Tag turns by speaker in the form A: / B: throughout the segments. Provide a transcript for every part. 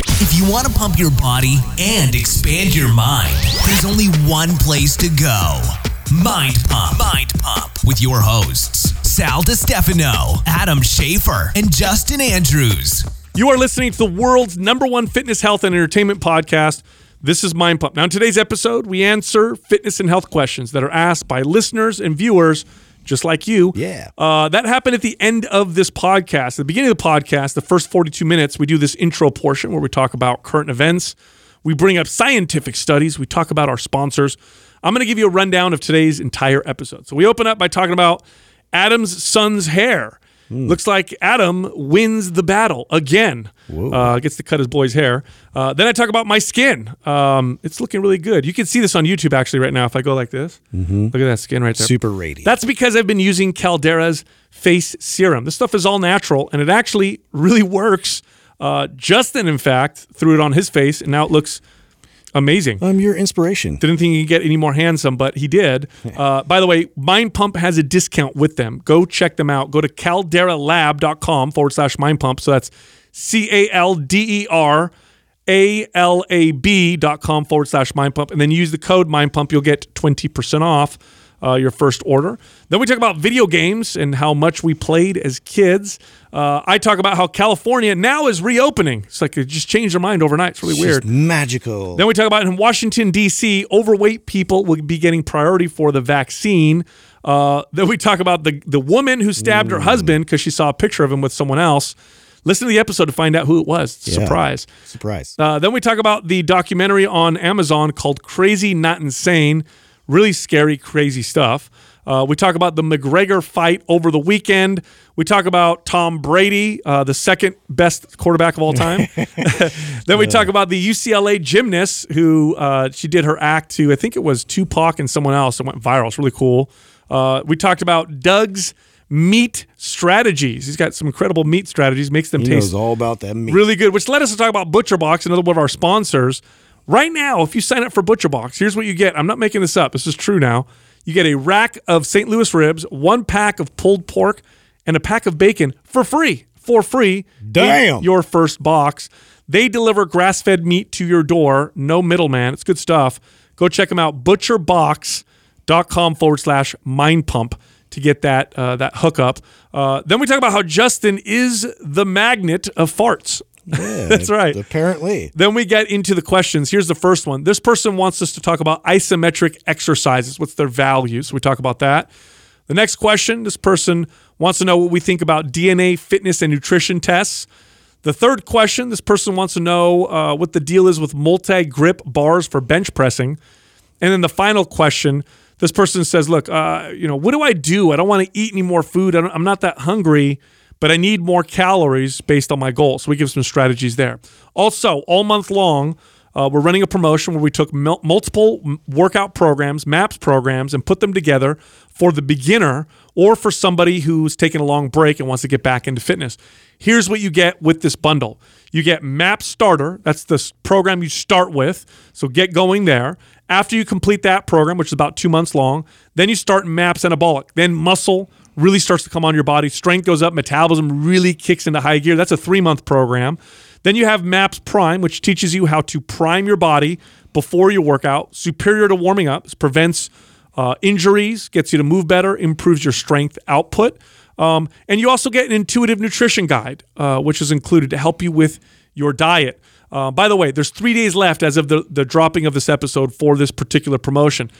A: If you want to pump your body and expand your mind, there's only one place to go Mind Pump. Mind Pump. With your hosts, Sal Stefano, Adam Schaefer, and Justin Andrews.
B: You are listening to the world's number one fitness, health, and entertainment podcast. This is Mind Pump. Now, in today's episode, we answer fitness and health questions that are asked by listeners and viewers just like you.
C: Yeah.
B: Uh, that happened at the end of this podcast. At the beginning of the podcast, the first 42 minutes, we do this intro portion where we talk about current events. We bring up scientific studies. We talk about our sponsors. I'm going to give you a rundown of today's entire episode. So we open up by talking about Adam's son's hair. Looks like Adam wins the battle again. Uh, gets to cut his boy's hair. Uh, then I talk about my skin. Um, it's looking really good. You can see this on YouTube actually right now. If I go like this, look at that skin right there.
C: Mm-hmm. Super radiant.
B: That's because I've been using Caldera's face serum. This stuff is all natural and it actually really works. Uh, Justin, in fact, threw it on his face and now it looks amazing.
C: I'm your inspiration.
B: Didn't think he'd get any more handsome, but he did. Uh, by the way, Mind Pump has a discount with them. Go check them out. Go to calderalab.com forward slash Mind Pump. So that's C A L D E R A L A B dot com forward slash Mind Pump. And then use the code Mind Pump. You'll get 20% off uh, your first order. Then we talk about video games and how much we played as kids. Uh, I talk about how California now is reopening. It's like it just changed their mind overnight. It's really weird.
C: Just magical.
B: Then we talk about in Washington, D.C., overweight people will be getting priority for the vaccine. Uh, then we talk about the, the woman who stabbed her husband because she saw a picture of him with someone else. Listen to the episode to find out who it was. It's a
C: Yeah.
B: Surprise.
C: Surprise.
B: Uh, then we talk about the documentary on Amazon called Crazy Not Insane. Really scary, crazy stuff. Uh, we talk about the McGregor fight over the weekend. We talk about Tom Brady, uh, the second best quarterback of all time. then we talk about the UCLA gymnast who uh, she did her act to, I think it was Tupac and someone else. It went viral. It's really cool. Uh, we talked about Doug's meat strategies. He's got some incredible meat strategies, makes them
C: he
B: taste
C: knows all about that meat.
B: really good. Which led us to talk about ButcherBox, another one of our sponsors. Right now, if you sign up for ButcherBox, here's what you get. I'm not making this up. This is true now. You get a rack of St. Louis ribs, one pack of pulled pork, and a pack of bacon for free. For free.
C: Damn.
B: in Your first box. They deliver grass-fed meat to your door. No middleman. It's good stuff. Go check them out. ButcherBox.com forward slash Mind Pump to get that uh, that hookup. Uh, then we talk about how Justin is the magnet of farts.
C: Yeah,
B: That's right.
C: Apparently.
B: Then we get into the questions. Here's the first one. This person wants us to talk about isometric exercises. What's their value? So we talk about that. The next question this person wants to know what we think about DNA fitness and nutrition tests. The third question this person wants to know uh, what the deal is with multi grip bars for bench pressing. And then the final question this person says, Look, uh, you know, what do I do? I don't want to eat any more food. I don't, I'm not that hungry, but I need more calories based on my goal. So we give some strategies there. Also, all month long, uh, we're running a promotion where we took mul- multiple m- workout programs, MAPS programs, and put them together for the beginner or for somebody who's taking a long break and wants to get back into fitness. Here's what you get with this bundle you get MAP Starter, that's the s- program you start with. So get going there. After you complete that program, which is about two months long, then you start MAPS Anabolic, then muscle. Really starts to come on your body. Strength goes up. Metabolism really kicks into high gear. That's a three month program. Then you have MAPS Prime, which teaches you how to prime your body before your workout, superior to warming up, This prevents uh, injuries, gets you to move better, improves your strength output. Um, and you also get an intuitive nutrition guide, uh, which is included to help you with your diet. Uh, by the way, there's three days left as of the, the dropping of this episode for this particular promotion.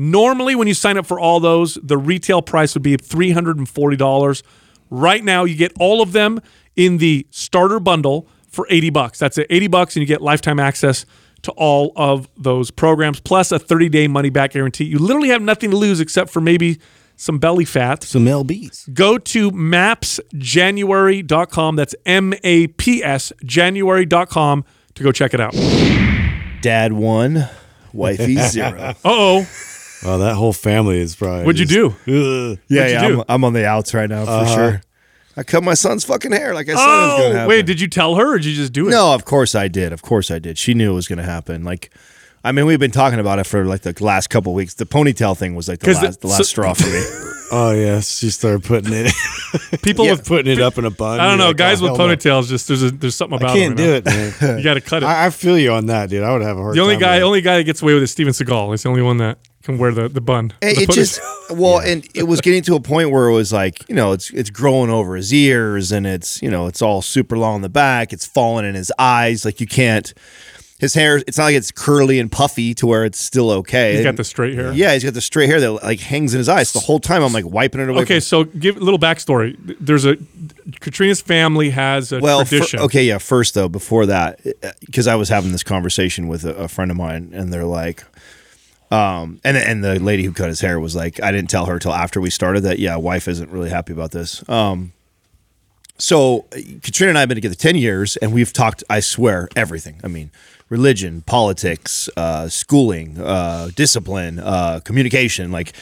B: Normally, when you sign up for all those, the retail price would be $340. Right now, you get all of them in the starter bundle for 80 bucks. That's it, 80 bucks, and you get lifetime access to all of those programs, plus a 30 day money back guarantee. You literally have nothing to lose except for maybe some belly fat
C: Some LBs.
B: go to mapsjanuary.com. That's M A P S January.com to go check it out. Uh
D: Dad one, wifey zero.
B: oh.
C: Well, that whole family is probably. uh,
B: What'd you do?
C: do?
D: yeah,
B: you
D: yeah
B: do?
D: I'm, I'm on the outs right now for sure. Uh-huh. I cut my son's fucking hair like I said it was going to
B: Oh,
D: happen.
B: wait, did you tell her or did you just do it?
D: No, of course I did. Of course I did. She knew it was going to happen. Like, I mean, we've been talking about it for like the last couple weeks. The ponytail thing was like the
B: 'Cause the-
D: last, the, last
B: so-
D: straw for me.
C: Oh yeah, she started putting it,
B: People
D: Yeah.
B: with
C: putting it up in a bun.
B: I don't
C: You're
B: know,
C: like,
B: guys
C: oh,
B: with
C: hell no.
B: ponytails. Just there's a, there's something about
C: I can't
B: them,
C: do
B: you
C: it, man.
B: know? You got to cut it.
C: I, I feel you on that, dude. I would have a hard.
B: the only
C: time
B: guy,
C: with
B: only guy that gets away with it is Steven Seagal. He's the only one that can wear the the bun.
D: Hey,
B: The
D: it
B: ponytail.
D: just well, and it was getting to a point where it was like you know it's it's growing over his ears and it's you know it's all super long in the back. It's falling in his eyes. Like you can't. His hair. It's not like it's curly and puffy to where it's still okay.
B: he's got the straight hair.
D: Yeah, he's got the straight hair that like hangs in his eyes the whole time. I'm like wiping it away.
B: Okay, so
D: from-
B: give a little backstory. There's a Katrina's family has a
D: well, fir-
B: tradition.
D: okay, yeah. First though, before that, because I was having this conversation with a, a friend of mine, and they're like, um, and and the lady who cut his hair was like, I didn't tell her till after we started that. Yeah, wife isn't really happy about this. Um, so Katrina and I have been together ten years, and we've talked. I swear, everything. I mean, religion, politics, uh, schooling, uh, discipline, uh, communication. Like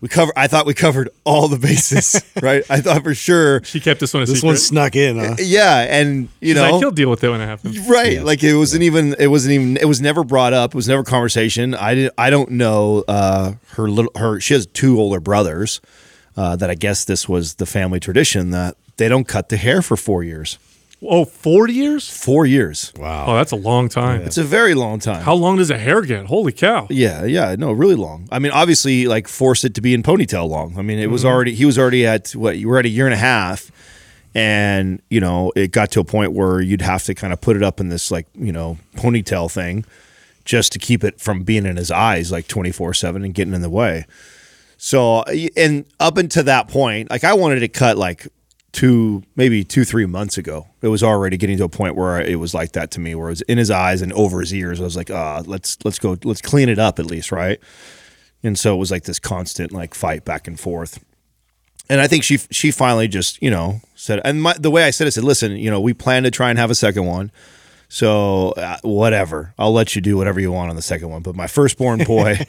D: we cover. I thought we covered all the bases, right? I thought for sure.
B: She kept this one a
C: This
B: secret.
C: one snuck in, huh?
D: Yeah, and you know,
B: Like, he'll deal with it when it happens.
D: right like it wasn't even it wasn't even it was never brought up it was never conversation i did, i don't know uh her little her she has two older brothers uh that i guess this was the family tradition that they don't cut the hair for four years
B: Oh, four years?
D: four years
C: Wow.
B: Oh, that's a long time.
D: it's a very long time
B: How long does a hair get? Holy cow.
D: yeah yeah no really long i mean obviously like force it to be in ponytail long i mean it was already he was already at what you were at a year and a half and you know it got to a point where you'd have to kind of put it up in this like you know ponytail thing just to keep it from being in his eyes like 24-7 and getting in the way so and up until that point like i wanted it cut like two maybe two three months ago it was already getting to a point where it was like that to me where it was in his eyes and over his ears i was like ah let's let's go let's clean it up at least right and so it was like this constant like fight back and forth and I think she she finally just you know said and my, the way I said it I said listen you know we plan to try and have a second one so uh, whatever I'll let you do whatever you want on the second one but my firstborn boy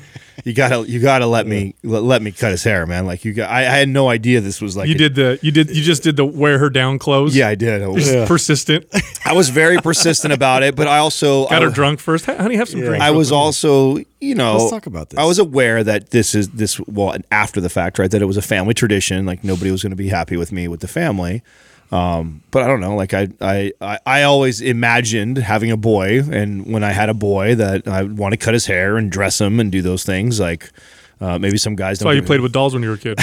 D: you gotta you gotta let me let, let me cut his hair man like you got I, I had no idea this was like
B: You
D: a-
B: did the you did you just did the wear her down clothes.
D: yeah I did I was,
C: Yeah.
B: Persistent.
D: I was very persistent about it but I also
B: Got
D: I,
B: her drunk first. Hey, honey, have some drinks.
D: I was also, you know,
C: Let's talk about this.
D: I was aware that this is this well and after the fact, right? That it was a family tradition. Like nobody was going to be happy with me with the family. Um, but I don't know. Like I, I, I, I always imagined having a boy, and when I had a boy, that I would want to cut his hair and dress him and do those things. Like uh, maybe some guys
B: That's why
D: don't.
B: you
D: give a-
B: played with dolls when you were a kid.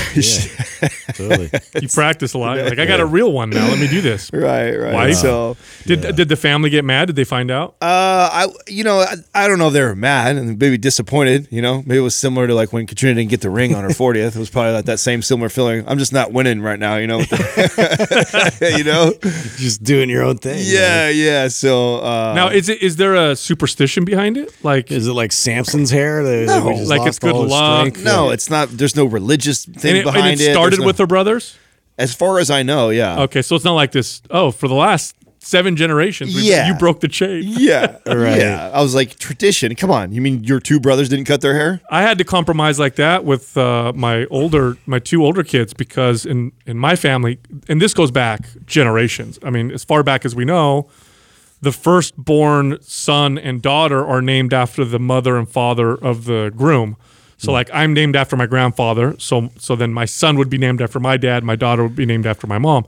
C: Totally.
B: You practiced a lot. You're Like I got a real one now. Let me do this.
D: Right, right.
B: Wife.
D: So
B: Did did the family get mad? Did they find out?
D: Uh, I you know I, I don't know if they were mad and maybe disappointed. You know, maybe it was similar to like when Katrina didn't get the ring on her fortieth. It was probably like that same similar feeling. I'm just not winning right now. You know, you know.
C: Just doing your own thing. man.
D: Yeah, yeah. So uh,
B: now is it is there a superstition behind it? Like
C: Is it like Samson's hair? That no.
B: Like it's good luck.
D: no, it's not. There's no religious thing
B: and it, and it
D: behind it.
B: started
D: There's no-
B: with her brothers.
D: as far as I know. Yeah,
B: Okay, so it's not like this. Oh, for the last seven generations, we-
D: Yeah.
B: you broke the chain.
D: yeah,
C: Right.
D: yeah. I was like tradition. Come on, you mean your two brothers didn't cut their hair?
B: I had to compromise like that with uh, my older, my two older kids because in in my family, and this goes back generations. I mean, as far back as we know, the firstborn son and daughter are named after the mother and father of the groom. So, like, I'm named after my grandfather. So, so then my son would be named after my dad. My daughter would be named after my mom.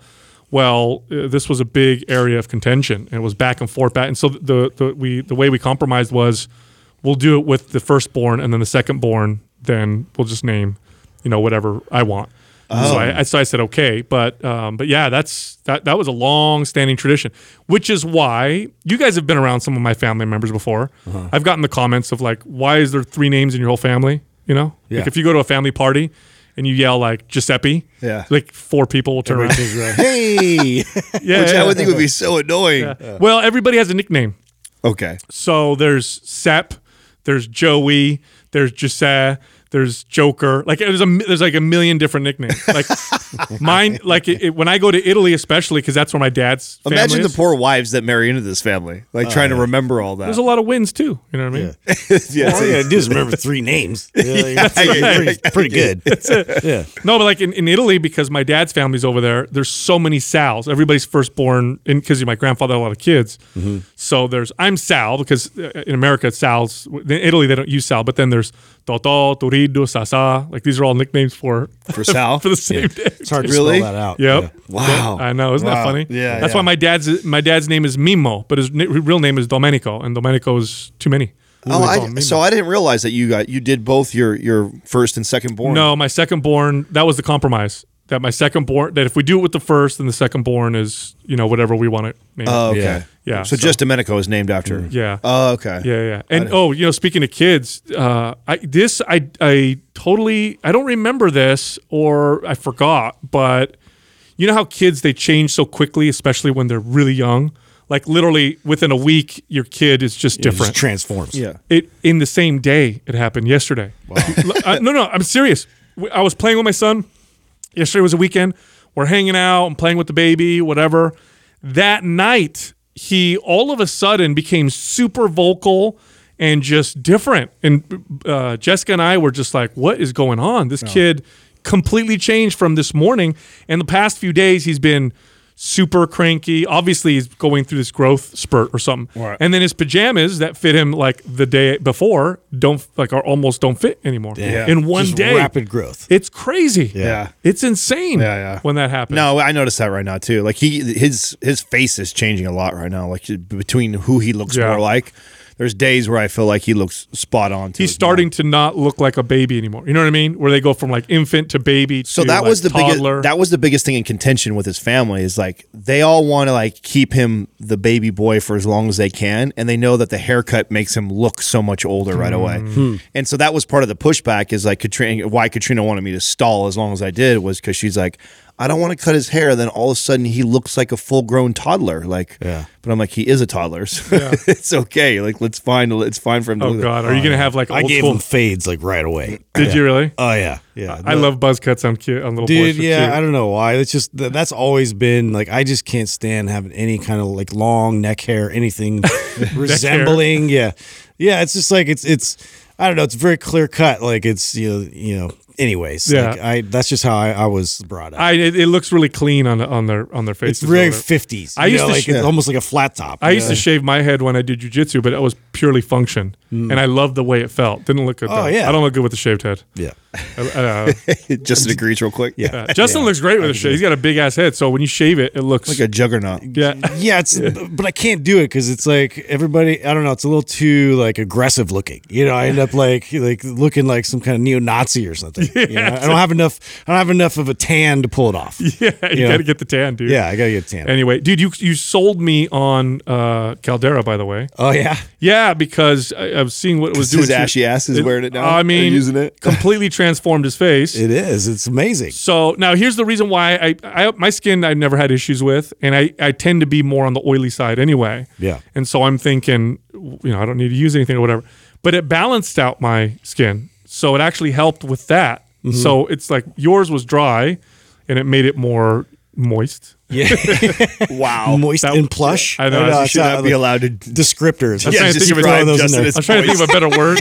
B: Well, uh, this was a big area of contention, and it was back and forth. Back, and so the the we the way we compromised was, we'll do it with the firstborn, and then the secondborn. Then we'll just name, you know, whatever I want. So I, I
D: Oh.
B: so I said okay, but um, but yeah, that's that that was a long standing tradition, which is why you guys have been around some of my family members before.
D: Uh-huh.
B: I've gotten the comments of like, why is there three names in your whole family? You know,
C: Yeah.
B: like if you go to a family party and you yell like Giuseppe,
D: Yeah.
B: like four people will turn around.
C: Hey.
B: yeah,
D: Which
B: yeah,
D: I would think would be so annoying.
B: yeah. Well, everybody has a nickname.
D: Okay,
B: So there's Sep, there's Joey, there's Jose, there's Joker. Like there's a there's like a million different nicknames. Like mine, like it, it- when I go to Italy, especially because that's where my dad's. Family
D: imagine the
B: is,
D: poor wives that marry into this family, like trying to remember all that.
B: Uh, There's a lot of wins too. You know what I mean?
D: yeah,
C: All you gotta do is remember three names. Yeah, you're pretty, pretty- pretty good. Yeah.
B: No, but like in, in Italy, because my dad's family's over there, there's so many Sal's. Everybody's firstborn, and because my grandfather had a lot of kids.
D: Mm-hmm.
B: So there's, I'm Sal, because uh, in America, it's Sal's. In Italy, they don't use Sal, but then there's Toto, Torino, Saeed to a Sasa. Like these are all nicknames for
D: for Sal.
B: for the same day.
E: It's hard to
D: Really?
E: spell that out.
B: Yep.
D: Wow.
B: I know. Isn't that
D: Wow.
B: funny?
D: Yeah,
B: That's
D: yeah.
B: why my dad's my dad's name is Mimo, but his ni- real name is Domenico, and Domenico is too many.
D: Oh,
B: They call him
D: I,
B: Mimo.
D: so I didn't realize that you got you did both your your first and second born.
B: No, my second born. That was the compromise. That my second born. That if we do it with the first, then the second born is you know whatever we want to name.
D: Oh,
B: it.
D: okay.
E: Yeah.
B: Yeah,
D: So,
B: so-
D: just Domenico is named after.
B: Yeah.
D: Oh, okay.
B: Yeah, yeah. And oh, you know, speaking of kids, uh, I this I I totally I don't remember this or I forgot, but you know how kids they change so quickly, especially when they're really young. Like literally within a week, your kid is just
E: It just
B: different.
E: transforms.
D: Yeah.
B: It in the same day it happened yesterday. I- no, no, I'm serious. W- I was playing with my son. Yesterday was a weekend. We're hanging out. I'm playing with the baby. Whatever. That night, he all of a sudden became super vocal and just different. And uh, Jessica and I were just like, "What is going on? This kid completely changed from this morning." And the past few days, he's been super cranky. Obviously, he's going through this growth spurt or something.
E: Right.
B: And then his pajamas that fit him like the day before don't like are almost don't fit anymore.
E: Yeah.
B: In one
E: Just
B: day,
E: rapid growth.
B: it's crazy.
E: Yeah.
B: It's insane
D: Yeah, yeah.
B: when that happens.
D: No, I noticed that right now too. Like he his his face is changing a lot right now. Like between who he looks
B: Yeah.
D: more like. There's days where I feel like he looks spot on. To
B: He's
D: his
B: starting to not look like a baby anymore. You know what I mean? Where they go from like infant to baby
D: So
B: to
D: that was the
B: like, toddler.
D: biggest that was the biggest thing in contention with his family is like they all want to like keep him the baby boy for as long as they can and they know that the haircut makes him look so much older right away.
B: Hmm.
D: And so that was part of the pushback is like Katrina why Katrina wanted me to stall as long as I did was cuz she's like I don't want to cut his hair then all of a sudden he looks like a full-grown toddler like
E: Yeah.
D: but I'm like he is a toddler. So it's okay. Like let's find it's fine for him to
B: oh
D: look-
B: god, are you gonna have like
E: I
B: old
E: gave
B: school?
E: him fades like right away.
B: did you really?
E: Oh yeah, yeah.
B: I love buzz cuts on cute on little boys.
E: Dude,
B: They're
E: yeah,
B: cute.
E: I don't know why. That's just th- that's always been like I just can't stand having any kind of like long neck hair, anything resembling. Yeah, yeah. It's just like it's it's I don't know. It's very clear cut. Like it's you know you know. Anyways,
B: Yeah.
E: like, I that's just how I, I was brought up.
B: I it, it looks really clean on on their on their
E: it's
B: faces.
E: very
B: though.
E: fifties.
B: I used to
E: like
B: sh-
E: it's almost like a flat top.
B: I used
E: Yeah.
B: to shave my head when I did jujitsu, but that was purely function, and I loved the way it felt. Didn't look good.
E: Mm. Oh,
B: though.
E: yeah.
B: I don't look good with the shaved head.
E: yeah.
B: Uh,
D: Justin agrees real quick. Yeah.
B: uh, Justin looks great with a shave. He's got a big ass head, so when you shave it, it looks
D: Like a juggernaut.
B: yeah.
E: Yeah, it's but I can't do it because it's like everybody. I don't know. It's a little too like aggressive looking. You know, I end up like like looking like some kind of neo-Nazi or something. you know? I don't have enough. I don't have enough of a tan to pull it off.
B: Yeah, you
E: Yeah.
B: got to get the tan, dude.
E: Yeah, I gotta get tan.
B: Anyway, dude, you you sold me on uh, Caldera, by the way.
E: oh yeah,
B: Yeah, because I, I was seeing what it was doing.
D: His
B: to-
D: ashy ass is wearing it now.
B: I
D: Are you
B: mean,
D: using it.
B: completely transformed his face.
E: it is. It's amazing.
B: So now here's the reason why I, I my skin I've never had issues with, and I, I tend to be more on the oily side anyway.
E: Yeah.
B: And so I'm thinking, you know, I don't need to use anything or whatever. But it balanced out my skin, so it actually helped with that.
D: Mm-hmm.
B: So it's like yours was dry, and it made it more moist.
E: Yeah,
D: Wow.
E: moist
B: That-
E: and plush.
B: I know,
E: don't
B: I
E: it's
D: should
E: not,
D: not
E: like,
D: be allowed to
E: descriptors.
B: trying to
E: Just
B: think of
E: throw
D: it.
E: those in there.
B: I was trying to think of a better word.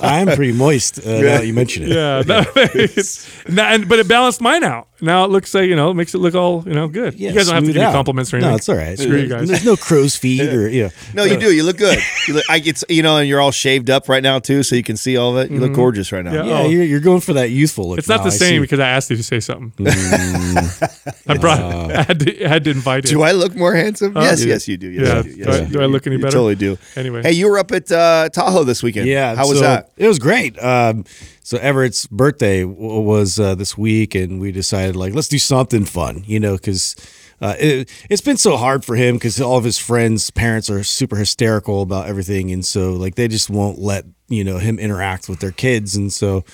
E: I'm pretty moist. Uh, Now that you mention it.
B: yeah. that- it's- now- and, but it balanced mine out. Now it looks like you know, it makes it look all you know good.
E: Yeah,
B: you guys don't have to
E: smooth
B: give me
E: out.
B: compliments or anything.
E: No, it's all right.
B: Screw you guys.
E: There's no crow's feet or you know.
D: No,
B: Uh.
D: you do. You look good. You look, I get you know, and you're all shaved up right now too, so you can see all of it. You look gorgeous right now.
B: Yeah.
E: Yeah,
B: Oh.
E: you're, you're going for that youthful look.
B: It's not
E: now,
B: the
E: I
B: same
E: see.
B: because I asked you to say something.
E: Mm.
B: I brought, I had to, I had to invite it.
D: Do I look more handsome? yes,
B: yeah.
D: yes, you do. Yes,
B: Yeah.
D: you do.
B: Do
D: Yes,
B: I-
D: you
B: do I look any
D: You
B: better?
D: totally do.
B: Anyway.
D: hey, you were up at uh, Tahoe this weekend.
E: Yeah.
D: how was
E: so
D: that?
E: It was great. Um, so Everett's birthday w- was uh, this week, and we decided like let's do something fun, you know, because. Uh, it, it's been so hard for him because all of his friends' parents are super hysterical about everything, and so like they just won't let you know him interact with their kids, and so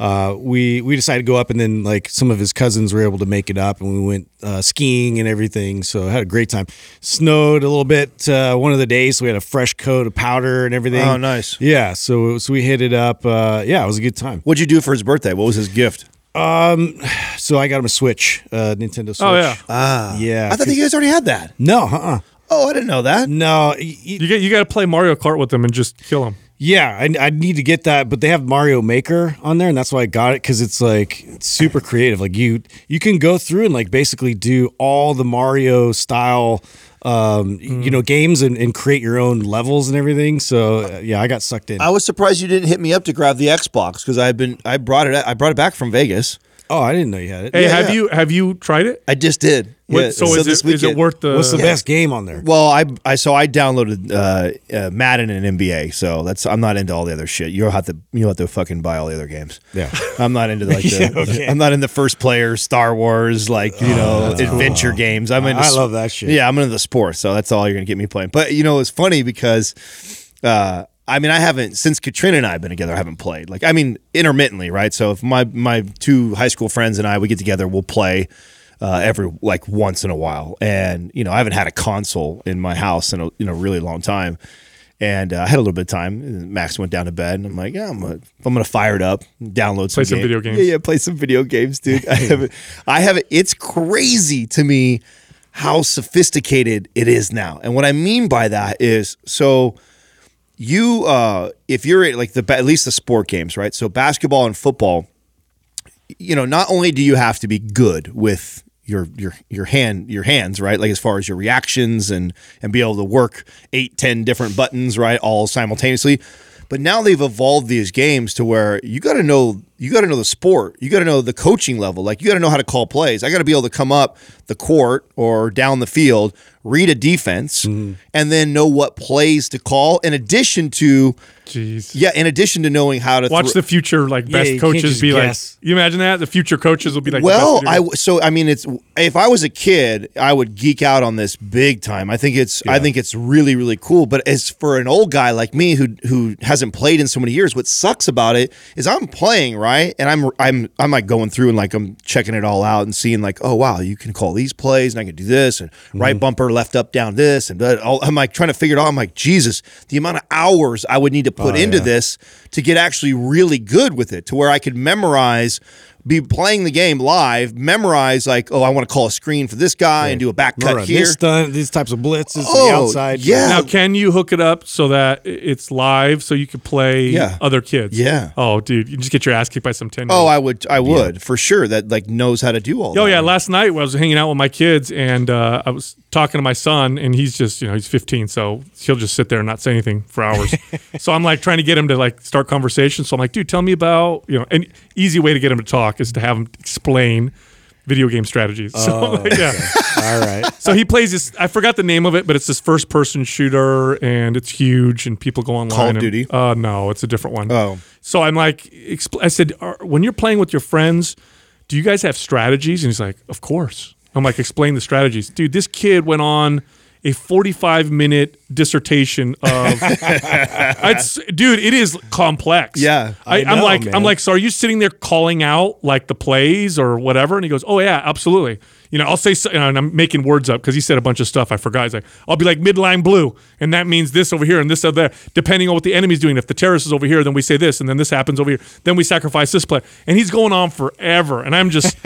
E: uh, we we decided to go up, and then like some of his cousins were able to make it up, and we went uh, skiing and everything. So I had a great time. Snowed a little bit uh, one of the days, so we had a fresh coat of powder and everything.
D: Oh, nice.
E: Yeah, so so we hit it up. Uh, yeah, it was a good time.
D: What'd you do for his birthday? What was his gift?
E: So I got him a Switch, uh, Nintendo Switch.
B: Oh, yeah.
E: ah, yeah.
D: I thought you guys already had that.
E: no, uh-uh.
D: Oh, I didn't know that.
E: no. y- y-
B: You get you got to play Mario Kart with them and just kill them.
E: Yeah, I, I need to get that, but they have Mario Maker on there, and that's why I got it because it's like it's super creative. Like you, you can go through and like basically do all the Mario style um, you
B: Mm.
E: know, games and, and create your own levels and everything. So uh, yeah, I got sucked in.
D: I was surprised you didn't hit me up to grab the Xbox because I've been I brought it I brought it back from Vegas.
E: oh, I didn't know you had it.
B: Hey,
D: Yeah,
B: have
D: yeah.
B: you have you tried it?
D: I just did.
B: What-
D: Yeah,
B: so is,
D: this
B: it, is it
D: weekend-
B: worth the?
E: What's the best game on there?
D: Well, I, I so I downloaded uh, uh, Madden and NBA, so that's I'm not into all the other shit. You'll have to you'll have to fucking buy all the other games.
E: Yeah.
D: I'm not into like the, I'm not into first player Star Wars like you know adventure games. I'm into
E: Oh, I
D: s-
E: love that shit.
D: Yeah, I'm into the sports, so that's all you're gonna get me playing. But you know, it's funny because uh, I mean, I haven't since Katrina and I have been together. I haven't played like I mean intermittently, right? So if my my two high school friends and I we get together, we'll play uh, every like once in a while. And you know, I haven't had a console in my house in a in a really long time. And uh, I had a little bit of time. And Max went down to bed, and I'm like, yeah, I'm gonna, I'm gonna fire it up, download some,
B: Play some
D: game-
B: video games.
D: Yeah, yeah, play some video games, dude. I have, I have. It's crazy to me how sophisticated it is now. And what I mean by that is, so you, uh, if you're at like the ba- at least the sport games, right? So basketball and football, you know, not only do you have to be good with your your your hand your hands right like as far as your reactions and and be able to work eight ten different buttons right all simultaneously but now they've evolved these games to where you got to know you got to know the sport you got to know the coaching level like you got to know how to call plays i got to be able to come up the court or down the field read a defense
B: Mm-hmm.
D: and then know what plays to call in addition to
B: Jeez.
D: yeah in addition to knowing how to
B: Watch
D: thro-
B: the future, like
E: Yeah,
B: best
E: you can't
B: coaches
E: just
B: be
E: guess.
B: like. You imagine that the future coaches will be like. the
D: well
B: best
D: i
B: video-
D: w- so i mean it's if i was a kid i would geek out on this big time i think it's i think it's really really cool but as for an old guy like me who who hasn't played in so many years what sucks about it is i'm playing right and i'm i'm i'm like going through and like i'm checking it all out and seeing like oh wow you can call these plays and i can do this and
B: Mm-hmm.
D: right bumper left up down this and that. All- i'm like trying to figure it out i'm like jesus the amount of hours i would need to
B: Oh,
D: put into this to get actually really good with it to where i could memorize be playing the game live, memorize like, oh, I want to call a screen for this guy and do a back
E: Remember
D: cut here.
E: this stunt, these types of blitzes,
D: Oh,
E: the outside.
D: yeah.
B: now, can you hook it up so that i- it's live, so you could play
D: Yeah.
B: other kids?
D: Yeah.
B: Oh, dude, you just get your ass kicked by some ten.
D: Oh, I would, I would for sure. That like knows how to do all.
B: Oh
D: that.
B: yeah, last night I was hanging out with my kids and uh, I was talking to my son, and he's just you know he's 15, so he'll just sit there and not say anything for hours. so I'm like trying to get him to like start conversation. So I'm like, dude, tell me about you know an easy way to get him to talk is to have him explain video game strategies. So
D: Oh,
B: I'm like, yeah.
E: All right.
B: So he plays this. I forgot the name of it, but it's this first-person shooter, and it's huge, and people go online.
D: Call of
B: and-
D: Duty?
B: Uh, no, it's a different one.
D: Oh.
B: So I'm like, expl- I said, "Are- when you're playing with your friends, do you guys have strategies? And he's like, of course. I'm like, explain the strategies, dude. This kid went on a 45-minute dissertation of, it's, dude. It is complex.
D: Yeah,
B: I,
E: I
B: am
E: know,
B: like, I'm
E: man.
B: like. So are you sitting there calling out like the plays or whatever? And he goes, Oh yeah, absolutely. You know, I'll say, so, and I'm making words up because he said a bunch of stuff I forgot. He's like, I'll be like midline blue, and that means this over here and this over there, depending on what the enemy's doing. If the terrorist is over here, then we say this, and then this happens over here. Then we sacrifice this player, and he's going on forever. And I'm just,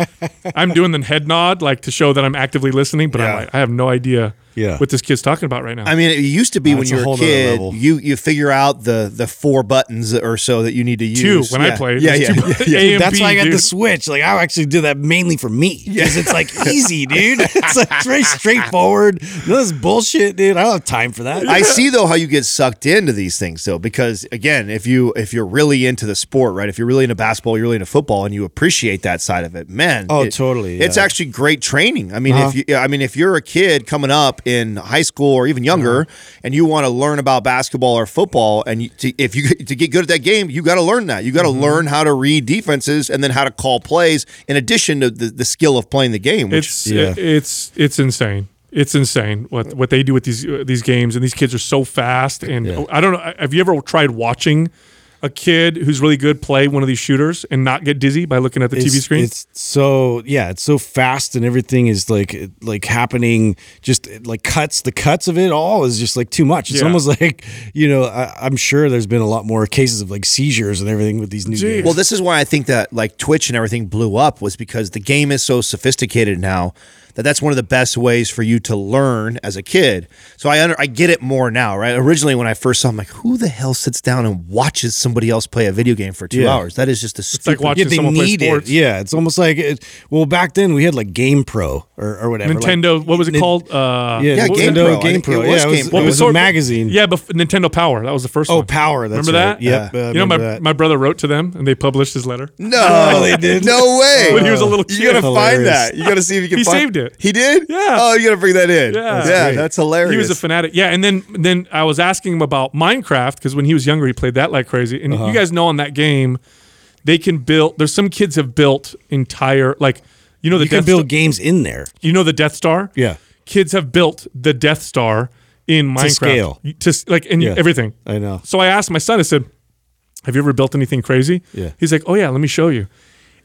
B: I'm doing the head nod like to show that I'm actively listening, but I'm like, I have no idea
E: Yeah.
B: what this kid's talking about right now.
D: I mean, it used to be when
E: it's a
D: you were a
E: whole nother
D: kid,
E: level.
D: you you figure out the the four buttons or so that you need to
B: two
D: use.
B: when
D: yeah.
B: I played,
D: yeah,
B: it was
D: yeah,
B: two-
D: yeah.
B: A and
E: That's
B: B,
E: why I got the
B: dude.
E: Switch. Like I actually do that mainly for me because it's like easy, dude. It's like very straightforward. None of this bullshit, dude. I don't have time for that.
D: I see though how you get sucked into these things though, because again, if you if you're really into the sport, right? If you're really into basketball, you're really into football, and you appreciate that side of it, man.
E: Oh,
D: it-
E: totally,
D: It's
E: yeah.
D: actually great training. I mean,
E: Uh-huh.
D: if you, I mean, if you're a kid coming up in high school or even younger,
E: Uh-huh.
D: and you want to learn about basketball or football, and you, to, if you to get good at that game, you got to learn that. You got to
E: Mm-hmm.
D: learn how to read defenses and then how to call plays, in addition to the, the skill of playing the game. Which,
B: It's
E: Yeah.
B: it- it's it's insane. It's insane what what they do with these uh, these games, and these kids are so fast. And I don't know. I- Have you ever tried watching a kid who's really good play one of these shooters and not get dizzy by looking at the TV
E: it's-
B: screen?
E: It's so yeah, it's so fast and everything is like like happening. Just like cuts, the cuts of it all is just like too much. It's
B: Yeah.
E: almost like you know. I, I'm sure there's been a lot more cases of like seizures and everything with these new games.
D: Well, this is why I think that like Twitch and everything blew up was because the game is so sophisticated now that that's one of the best ways for you to learn as a kid. So I under, I get it more now, right? Originally, when I first saw, it, I'm like, who the hell sits down and watches somebody else play a video game for two
E: Yeah.
D: hours? That is just a
B: It's like
D: stupid.
B: watching
E: yeah, they
B: someone play
E: need it.
B: sports.
E: Yeah, it's almost like it, well, back then we had like Game Pro or, or whatever. like-
B: Nintendo, what was it
E: Nin-
B: called? Uh,
E: Yeah,
D: Yeah,
B: what was
D: Game
B: it?
E: Nintendo
D: Pro. I
E: Game
D: think it
E: Pro.
D: was
E: Yeah, it was,
D: Game
E: it
D: Pro.
E: was
B: sort
E: a
B: of-
E: magazine.
B: Yeah, but Nintendo Power. That was the first
E: Oh,
B: one.
E: Power. That's
B: Remember
E: right.
B: that?
E: Yep.
D: Yeah.
E: I
B: You know, my,
E: remember that.
B: my brother wrote to them and they published his letter.
D: No, they did. No way.
B: When he was a little kid.
D: you gotta find
E: Hilarious.
D: that. You gotta see if you can.
B: He
D: find-
B: saved it.
D: He did.
B: Yeah.
D: Oh, you gotta bring that in.
B: Yeah. That's
D: yeah,
E: great.
D: that's hilarious.
B: He was a fanatic. Yeah, and then then I was asking him about Minecraft because when he was younger, he played that like crazy. And
D: Uh-huh.
B: you guys know on that game, they can build. There's some kids have built entire like you know the
E: You can
B: Death
E: build
B: Star-
E: games in there.
B: you know the Death Star.
E: Yeah.
B: kids have built the Death Star in Minecraft
E: scale.
B: to s- like and
E: Yeah.
B: everything.
E: I know.
B: So I asked my son. I said, "Have you ever built anything crazy?"
E: Yeah.
B: He's like, "Oh yeah, let me show you."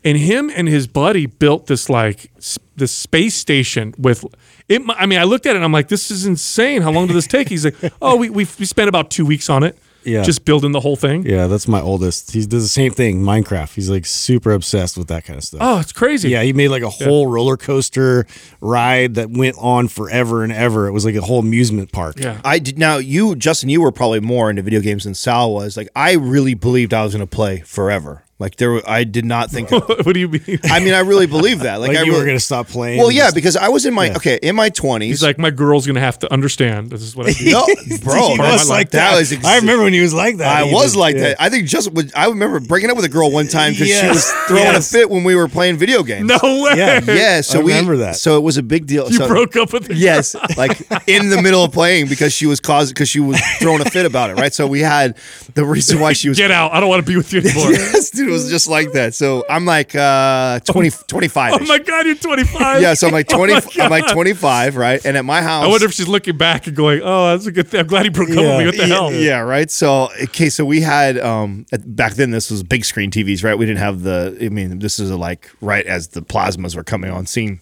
B: And him and his buddy built this like s- this space station with it. mi- I mean, I looked at it and I'm like, "This is insane. How long did this take?" He's like, "Oh, we we we spent about two weeks on it,
E: Yeah.
B: just building the whole thing."
E: Yeah, that's my oldest. He does the same thing, Minecraft. He's like super obsessed with that kind of stuff.
B: Oh, it's crazy.
E: Yeah, he made like a whole roller coaster ride that went on forever and ever. It was like a whole amusement park.
B: Yeah.
D: I did now. You, Justin, you were probably more into video games than Sal was. Like, I really believed I was going to play forever. Like, there, were- I did not think.
B: what do you mean?
D: I mean, I really believed that. Like,
E: Like
D: I
E: you
D: really,
E: were gonna stop playing.
D: Well, yeah, because I was in my okay in my twenties.
B: He's like, "My girl's gonna have to understand. This is what I do."
D: no, bro,
E: He was like that.
D: was ex-
E: I remember when he was like that.
D: I
E: He
D: was like
E: yeah.
D: that. I think just when- I remember breaking up with a girl one time because she
E: Yes.
D: was throwing
E: Yes.
D: a fit when we were playing video games.
B: No way.
E: Yeah.
D: yeah, so
E: I remember
D: we,
E: that.
D: So it was a big deal.
B: You
D: so,
B: broke up with the
D: Yes, like in the middle of playing because she was causing because she was throwing a fit about it, right? So we had the reason why she was
B: Get out. I don't want to be with you anymore.
D: yes, dude, it was just like that. So I'm like uh 20 25.
B: Oh my god, you're 25.
D: yeah, so I'm like 20
B: Oh my
D: I'm like
B: God.
D: 25, right? And at my house
B: I wonder if she's looking back and going, "Oh, that's a good thing. I'm glad he broke up with me. What the
D: yeah,
B: hell?"
D: Yeah, right. So okay, so we had um at, back then this was big screen TVs, right? We didn't have the. I mean, this is like right as the plasmas were coming on scene,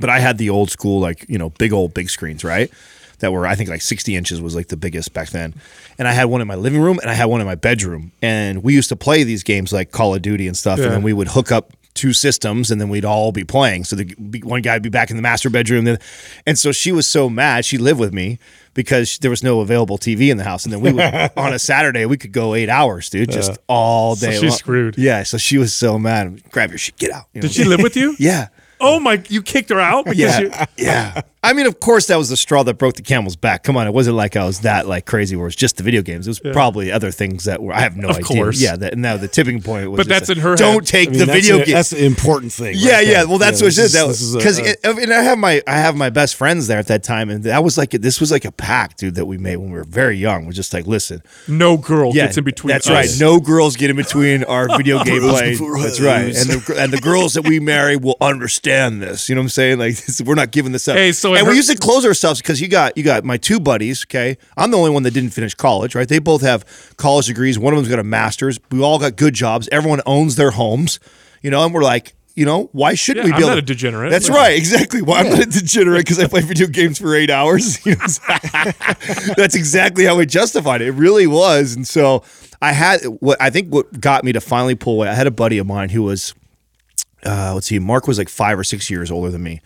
D: but I had the old school like you know big old big screens, right? That were I think like sixty inches was like the biggest back then, and I had one in my living room and I had one in my bedroom, and we used to play these games like Call of Duty and stuff,
B: Yeah.
D: and then we would hook up two systems and then we'd all be playing so the be- one guy would be back in the master bedroom then and so she was so mad she lived with me because there was no available tv in the house and then we would on a saturday we could go eight hours dude just all day
B: she's
D: long.
B: screwed.
D: yeah so she was so mad grab your shit get out you know?
B: Did she live with you?
D: yeah
B: Oh my! You kicked her out because you,
D: yeah, yeah. I mean, of course, that was the straw that broke the camel's back. Come on, it wasn't like I was that like crazy. Where it was just the video games. It was probably other things that were. I have no idea.
B: course.
D: Yeah, that, now the tipping point was.
B: But
D: just
B: that's
D: like,
B: in her head.
D: Don't take
E: I mean,
D: the
E: that's
D: video
E: a-
D: game.
E: That's the important thing.
D: yeah,
E: right
D: yeah.
E: there.
D: Well, that's
E: Yeah,
D: what it
E: this
D: is. That
E: this
D: was
E: a-
D: because
E: a-
D: and I have my I have my best friends there at that time, and that was like this was like a pact, dude, that we made when we were very young. We're just like, listen,
B: no girl gets in between.
D: that's
B: us.
D: right. No girls get in between our video game play. That's right. And the, and the girls that we marry will understand this. You know what I'm saying? Like this, we're not giving this up.
B: Hey, so it
D: and we
B: hurt-
D: used to close ourselves because you got you got my two buddies. Okay, I'm the only one that didn't finish college. Right? They both have college degrees. One of them's got a master's. We all got good jobs. Everyone owns their homes. You know, and we're like. You know why shouldn't
B: Yeah,
D: we
B: I'm
D: be able
B: not
D: to-
B: a degenerate.
D: That's
B: Yeah.
D: right, exactly. Why I'm not a degenerate because I play video games for eight hours. You know what I'm saying? That's exactly how we justified it. It really was. And so I had what I think what got me to finally pull away. I had a buddy of mine who was, uh, let's see, Mark was like five or six years older than me,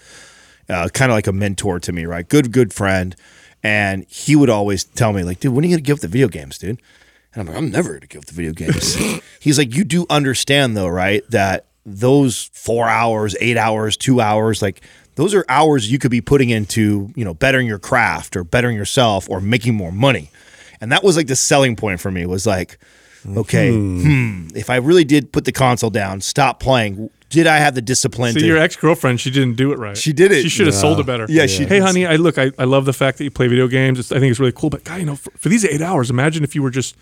D: uh, kind of like a mentor to me, right? Good, good friend. And he would always tell me, like, dude, when are you going to give up the video games, dude? And I'm like, I'm never going to give up the video games. He's like, you do understand, though, right? That those four hours, eight hours, two hours, like, those are hours you could be putting into, you know, bettering your craft or bettering yourself or making more money. And that was like the selling point for me was like, okay, hmm, if I really did put the console down, stop playing, did I have the discipline
B: So
D: to
B: your ex girlfriend, she didn't do it right.
D: She did it.
B: She should have sold it better.
D: Yeah, she-
B: Hey, honey, I look. I, I love the fact that you play video games. It's, I think it's really cool. But God, you know, for, for these eight hours, imagine if you were just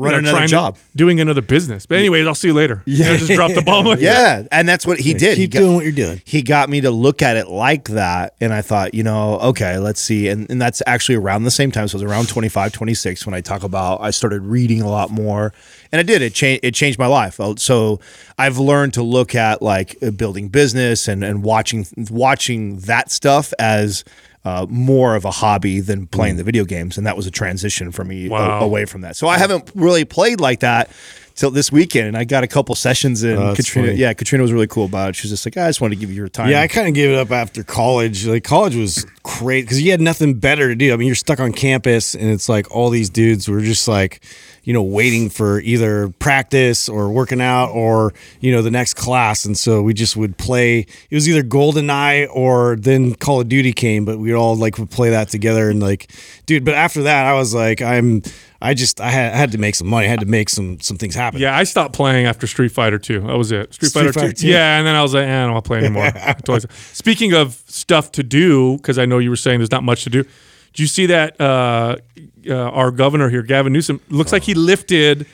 B: you
D: Run
B: know,
D: another
B: trying to-
D: job.
B: doing another business. But anyways, I'll see you later. Yeah, just drop the bomb. like that.
D: Yeah, and that's what he did. he
E: keep doing what you're doing.
D: He got me to look at it like that, and I thought, you know, okay, let's see. And, and that's actually around the same time. So it was around 25, 26 when I talk about I started reading a lot more, and I did. It changed. It changed my life. Uh, So I've learned to look at like uh, building business and and watching watching that stuff as. Uh, more of a hobby than
E: Mm.
D: playing the video games, and that was a transition for me a-
B: Wow.
D: away from that. So I haven't really played like that till this weekend, and I got a couple sessions in.
E: Oh, that's
D: Katrina,
E: funny.
D: yeah, Katrina was really cool about it. She was just like, "Ah, I just want to give you your time.
E: Yeah, I kind of gave it up after college. Like college was great because you had nothing better to do. I mean, you're stuck on campus, and it's like all these dudes were just like, you know, waiting for either practice or working out or you know the next class, and so we just would play. It was either GoldenEye or then Call of Duty came, but we all like would play that together and like, dude. But after that, I was like, I'm. I just I had, I had to make some money. I had to make some some things happen.
B: Yeah, I stopped playing after Street Fighter 2. That was it. Street,
E: Street
B: Fighter,
E: Fighter
B: 2.
E: 2.
B: Yeah, and then I was like, eh, I don't want to play anymore. Twice. Speaking of stuff to do, because I know you were saying there's not much to do. Do you see that uh, uh, our governor here, Gavin Newsom, looks like he
D: Oh.
B: lifted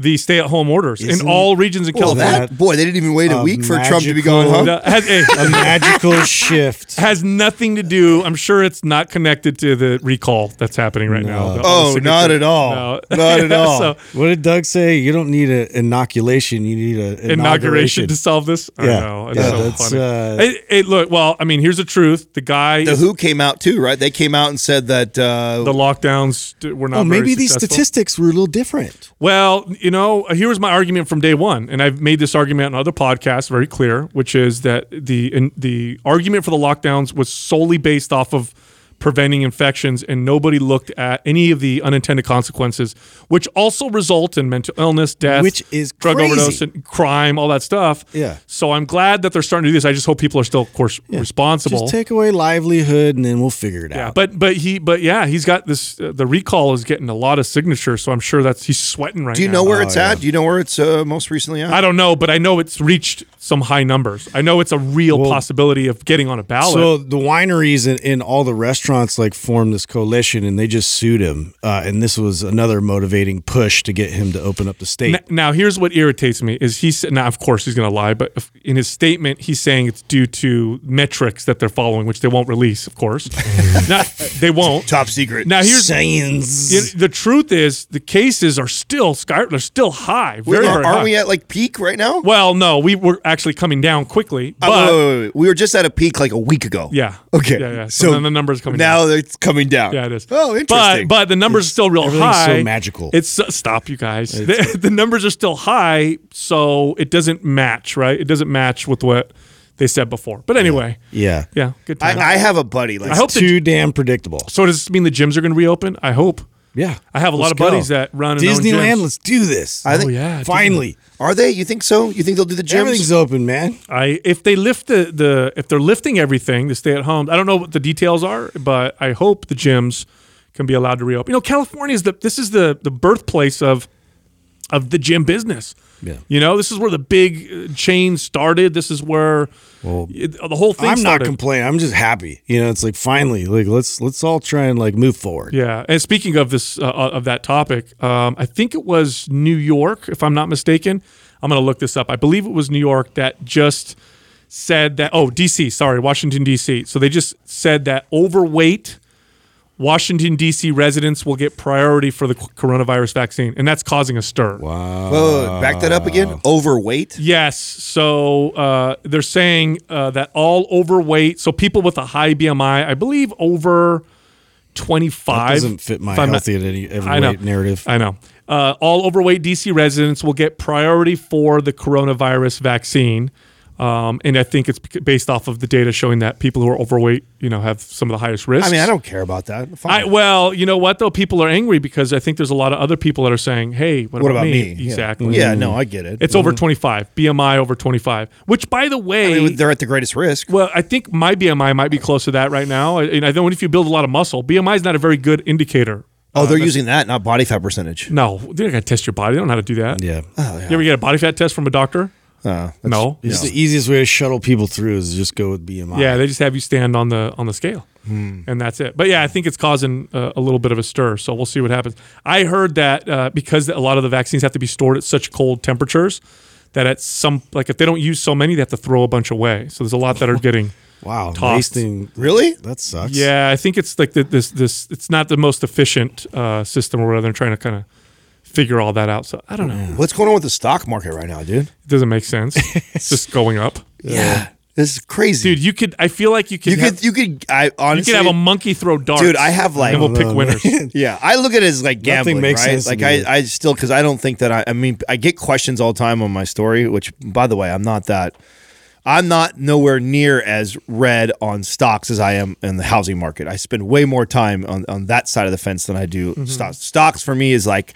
B: the stay-at-home orders in
E: Isn't-
B: all regions in
D: Well,
B: California.
D: that boy, they didn't even wait a
E: A
D: week for Trump to be going
E: magical-
D: home.
B: No, has, hey,
E: A magical shift.
B: has nothing to do. I'm sure it's not connected to the recall that's happening right now. The- all the
D: Oh, not
B: signatures.
D: at all.
B: No.
D: Not at
B: Yeah,
D: all.
B: so-
E: What did Doug say? You don't need an inoculation. You need an
B: inauguration,
E: inauguration.
B: to solve this. I
E: Yeah.
B: know. It's
E: Yeah,
B: so
E: that's,
B: funny.
E: uh,
B: Hey, hey, look, well, I mean, here's the truth. The guy,
D: The
B: the,
D: Who came out too, right? They came out and said that uh,
B: lockdowns d- were not.
E: oh,
B: very
E: maybe these
B: successful.
E: statistics were a little different.
B: Well, you know, here was my argument from day one, and I've made this argument on other podcasts very clear, which is that the in, the argument for the lockdowns was solely based off of preventing infections, and nobody looked at any of the unintended consequences, which also result in mental illness, death,
E: Which is
B: drug
E: crazy.
B: overdose, and crime, all that stuff.
E: Yeah.
B: So I'm glad that they're starting to do this. I just hope people are still, of course, responsible.
E: Just take away livelihood, and then we'll figure it
B: Yeah,
E: out.
B: but but he but yeah, he's got this. Uh, the recall is getting a lot of signatures, so I'm sure that's he's sweating right
D: Do you
B: now.
D: know where it's at? Do you know where it's uh, most recently at?
B: I don't know, but I know it's reached some high numbers. I know it's a real possibility of getting on a ballot.
E: So the wineries and, and all the restaurants like formed this coalition, and they just sued him. Uh, and this was another motivating push to get him to open up the state.
B: N- now, here's what irritates me is he said, now, of course, he's going to lie, but if- in his statement, he's saying it's due to metrics that they're following, which they won't release, of course. Not, they won't.
D: Top secret.
B: Now, here's
E: Sayings.
B: you know, the truth is the cases are still sky, they're still high.
D: We-
B: Very,
D: are,
B: very
D: aren't
B: high.
D: we at like peak right now?
B: Well, no, we were actually coming down quickly, but
D: Uh, wait, wait, wait. We were just at a peak like a week ago.
B: yeah,
D: Okay.
B: yeah, yeah. So, then the numbers coming down.
D: now it's coming down.
B: Yeah, it is.
D: Oh, interesting.
B: But but the numbers are still real
E: everything's
B: high.
E: so magical.
B: It's stop you guys. The, the numbers are still high, so it doesn't match, right? It doesn't match with what they said before. But anyway, yeah,
E: yeah,
B: good time.
D: I, I have a buddy. Like,
B: I hope-
E: too damn predictable.
B: so does this mean the gyms are going to reopen? I hope.
E: Yeah,
B: I have a lot
E: Let's
B: of buddies that run and own
E: Disneyland.
B: gyms.
E: Let's do this.
D: I think.
B: Oh yeah,
E: Finally,
D: Are they? You think so? You think they'll do the gyms?
E: everything's open, man.
B: I if they lift the the if they're lifting everything, the stay at home. I don't know what the details are, but I hope the gyms can be allowed to reopen. You know, California is the this is the the birthplace of of the gym business.
E: Yeah.
B: You know, this is where the big uh, chain started. This is where it- the whole thing
E: I'm not
B: started.
E: complaining. I'm just happy. You know, it's like finally, like let's let's all try and like move forward.
B: yeah, and speaking of this uh, of that topic, um, I think it was New York, if I'm not mistaken. I'm going to look this up. I believe it was New York that just said that. Oh, D.C. Sorry, Washington D.C. So they just said that overweight Washington D.C. residents will get priority for the c- coronavirus vaccine, and that's causing a stir.
D: Whoa, Uh, back that up again. Overweight.
B: Yes. So uh, they're saying uh, that all overweight, so people with a high BMI, I believe over 25.
E: doesn't fit my
B: if I'm not-
E: healthy at any every
B: I know.
E: weight narrative.
B: I know. Uh, all overweight DC residents will get priority for the coronavirus vaccine. Um, and I think it's bec- based off of the data showing that people who are overweight, you know, have some of the highest risks.
D: I mean, I don't care about that.
B: I,
D: Fine.
B: well, you know what though? People are angry because I think there's a lot of other people that are saying, "Hey, what,
D: what about me? Yeah.
B: Exactly.
D: Yeah, no, I get it.
B: It's over 25 BMI over 25, which by the way,
D: I mean, they're at the greatest risk.
B: well, I think my BMI might be close to that right now. And I think if you build a lot of muscle, BMI is not a very good indicator.
D: Oh, they're using that, not body fat percentage.
B: No, they're not gonna test your body. They don't know how to do that.
E: Yeah.
B: You ever get a body fat test from a doctor?
D: Uh,
B: No.
E: It's the easiest way to shuttle people through is just go with BMI.
B: Yeah, Hmm. they just have you stand on the on the scale, and that's it. But yeah, I think it's causing uh, a little bit of a stir. So we'll see what happens. I heard that uh, because a lot of the vaccines have to be stored at such cold temperatures that at some like if they don't use so many, they have to throw a bunch away. So there's a lot that are getting.
E: Wow.
B: Tossed.
E: Wasting.
D: Really?
E: That sucks.
B: Yeah, I think it's like the, this this it's not the most efficient uh, system or whatever. They're trying to kind of figure all that out. So I don't know.
D: What's going on with the stock market right now, dude?
B: It doesn't make sense. it's just going up.
D: Yeah. This is crazy,
B: dude. You could. I feel like you could.
D: You
B: have,
D: could, you could. I
B: you
D: honestly,
B: could have a monkey throw darts.
D: dude. I have like um,
B: and we'll pick
E: no.
B: winners.
D: Yeah, I look at it as like gambling,
E: makes
D: right?
E: sense to
D: like
E: me.
D: I, I still because I don't think that I. I mean, I get questions all the time on my story, which by the way, I'm not that. I'm not nowhere near as red on stocks as I am in the housing market. I spend way more time on, on that side of the fence than I do
E: Mm-hmm.
D: stocks. Stocks for me is like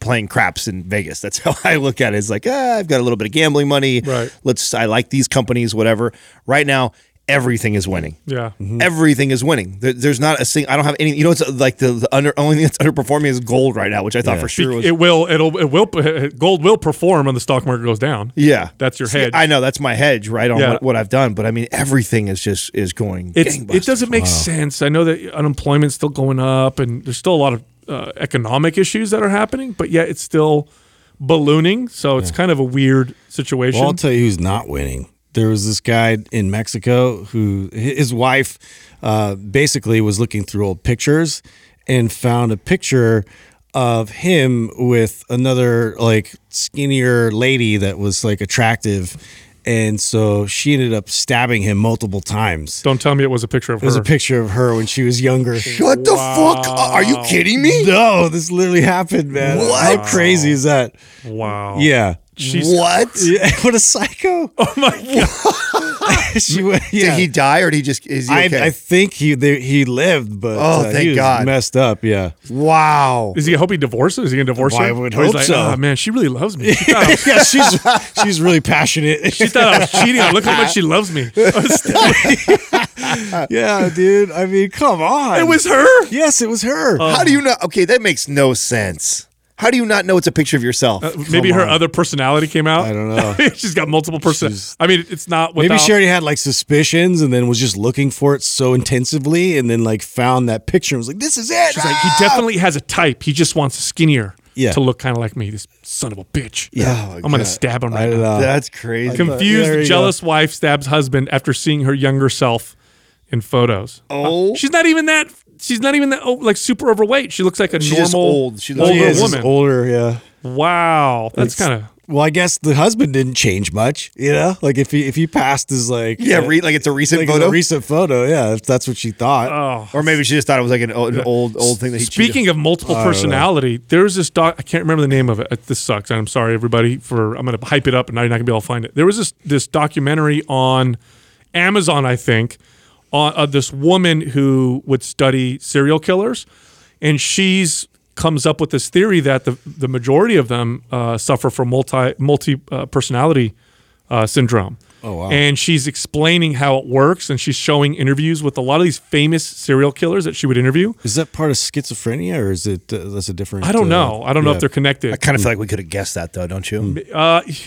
D: playing craps in Vegas. That's how I look at it. It's like, ah, I've got a little bit of gambling money.
B: Right.
D: Let's I like these companies, whatever. Right now, everything is winning
B: Yeah.
D: everything is winning. There, there's not a single. I don't have any. You know, it's uh, like the, the under only thing that's underperforming is gold right now, which I thought for sure was.
B: It will. It'll. It will. Gold will perform when the stock market goes down.
D: yeah,
B: That's your
D: See,
B: hedge.
D: I know that's my hedge, right on
B: Yeah.
D: what, what I've done. But I mean, everything is just is going.
B: It's, it
D: gangbusters.
B: doesn't make sense. I know that unemployment's still going up, and there's still a lot of uh, economic issues that are happening, but yet it's still ballooning. So it's kind of a weird situation.
E: Well, I'll tell you who's not winning. There was this guy in Mexico who his wife uh, basically was looking through old pictures and found a picture of him with another like skinnier lady that was like attractive. And so she ended up stabbing him multiple times.
B: Don't tell me it was a picture of
E: There's
B: her.
E: a picture of her when she was younger.
D: Shut the fuck! up. Are you kidding me?
E: No, this literally happened, man.
D: What?
E: How crazy is that?
B: wow.
E: Yeah.
B: Oh. She's,
D: what?
E: Yeah, what a psycho. Oh my god. she went, yeah.
D: Did he die or did he just? Is he
E: I,
D: okay?
E: I think he they, he lived, but
D: Oh,
E: uh,
D: thank
E: he was
D: God.
E: messed up. Yeah,
D: wow.
B: Is he? I hope he divorces. Is he gonna divorce
E: Why
B: her?
E: would
B: Or he's
E: hope
B: like,
E: so.
B: "Ah, man, she really loves me. She thought, I was,
E: yeah. She's she's really passionate.
B: she thought I was cheating. on her. Look how much she loves me. it
E: yeah, dude. I mean, come on.
B: was her.
E: yes, it was her.
B: Uh,
D: How do
B: um,
D: you not? Okay, that makes no sense. How do you not know it's a picture of yourself?
B: Maybe her
E: on.
B: other personality came out.
E: I don't know.
B: She's got multiple personalities. I mean, it's not without.
E: Maybe she already had like suspicions and then was just looking for it so intensively and then like found that picture and was like, this is it.
B: She's like, he definitely has a type. He just wants skinnier
E: Yeah.
B: to look kind of like me. This son of a bitch.
E: Yeah. Oh,
B: I'm gonna stab him
E: I uh,
B: right
E: don't
B: now.
E: know.
D: Uh, that's crazy.
B: Confused,
E: There you
B: jealous wife stabs husband after seeing her younger self in photos.
D: Oh.
B: she's not even that. She's not even that. Oh, like super overweight. She looks like a
D: She's
B: normal
D: just old. She looks-
B: older
E: She is
B: woman.
E: older. Yeah.
B: Wow, that's
E: It's-
B: kind of.
E: Well, I guess the husband didn't change much, you know. Like if he if he passed his like uh,
D: yeah, re- like it's a recent
E: like
D: photo,
E: a recent photo, yeah, if that's what she thought.
B: Oh.
D: or maybe she just thought it was like an, o- an old old thing that he cheated Oh,
B: Speaking of multiple personality, there's this doc. I can't remember the name of it. Uh, This sucks. and I'm sorry, everybody. For I'm gonna hype it up, and now you're not gonna be able to find it. There was this this documentary on Amazon, I think, on of this woman who would study serial killers, and she's comes up with this theory that the the majority of them uh, suffer from multi multi uh, personality uh, syndrome. Oh wow! And she's explaining how it works, and she's showing interviews with a lot of these famous serial killers that she would interview.
E: Is that part of schizophrenia or is it uh, that's a different
B: I don't
E: uh,
B: know. I don't know if
E: yeah.
B: they're connected.
D: I kind of feel like we could have guessed that though, don't you?
E: Mm.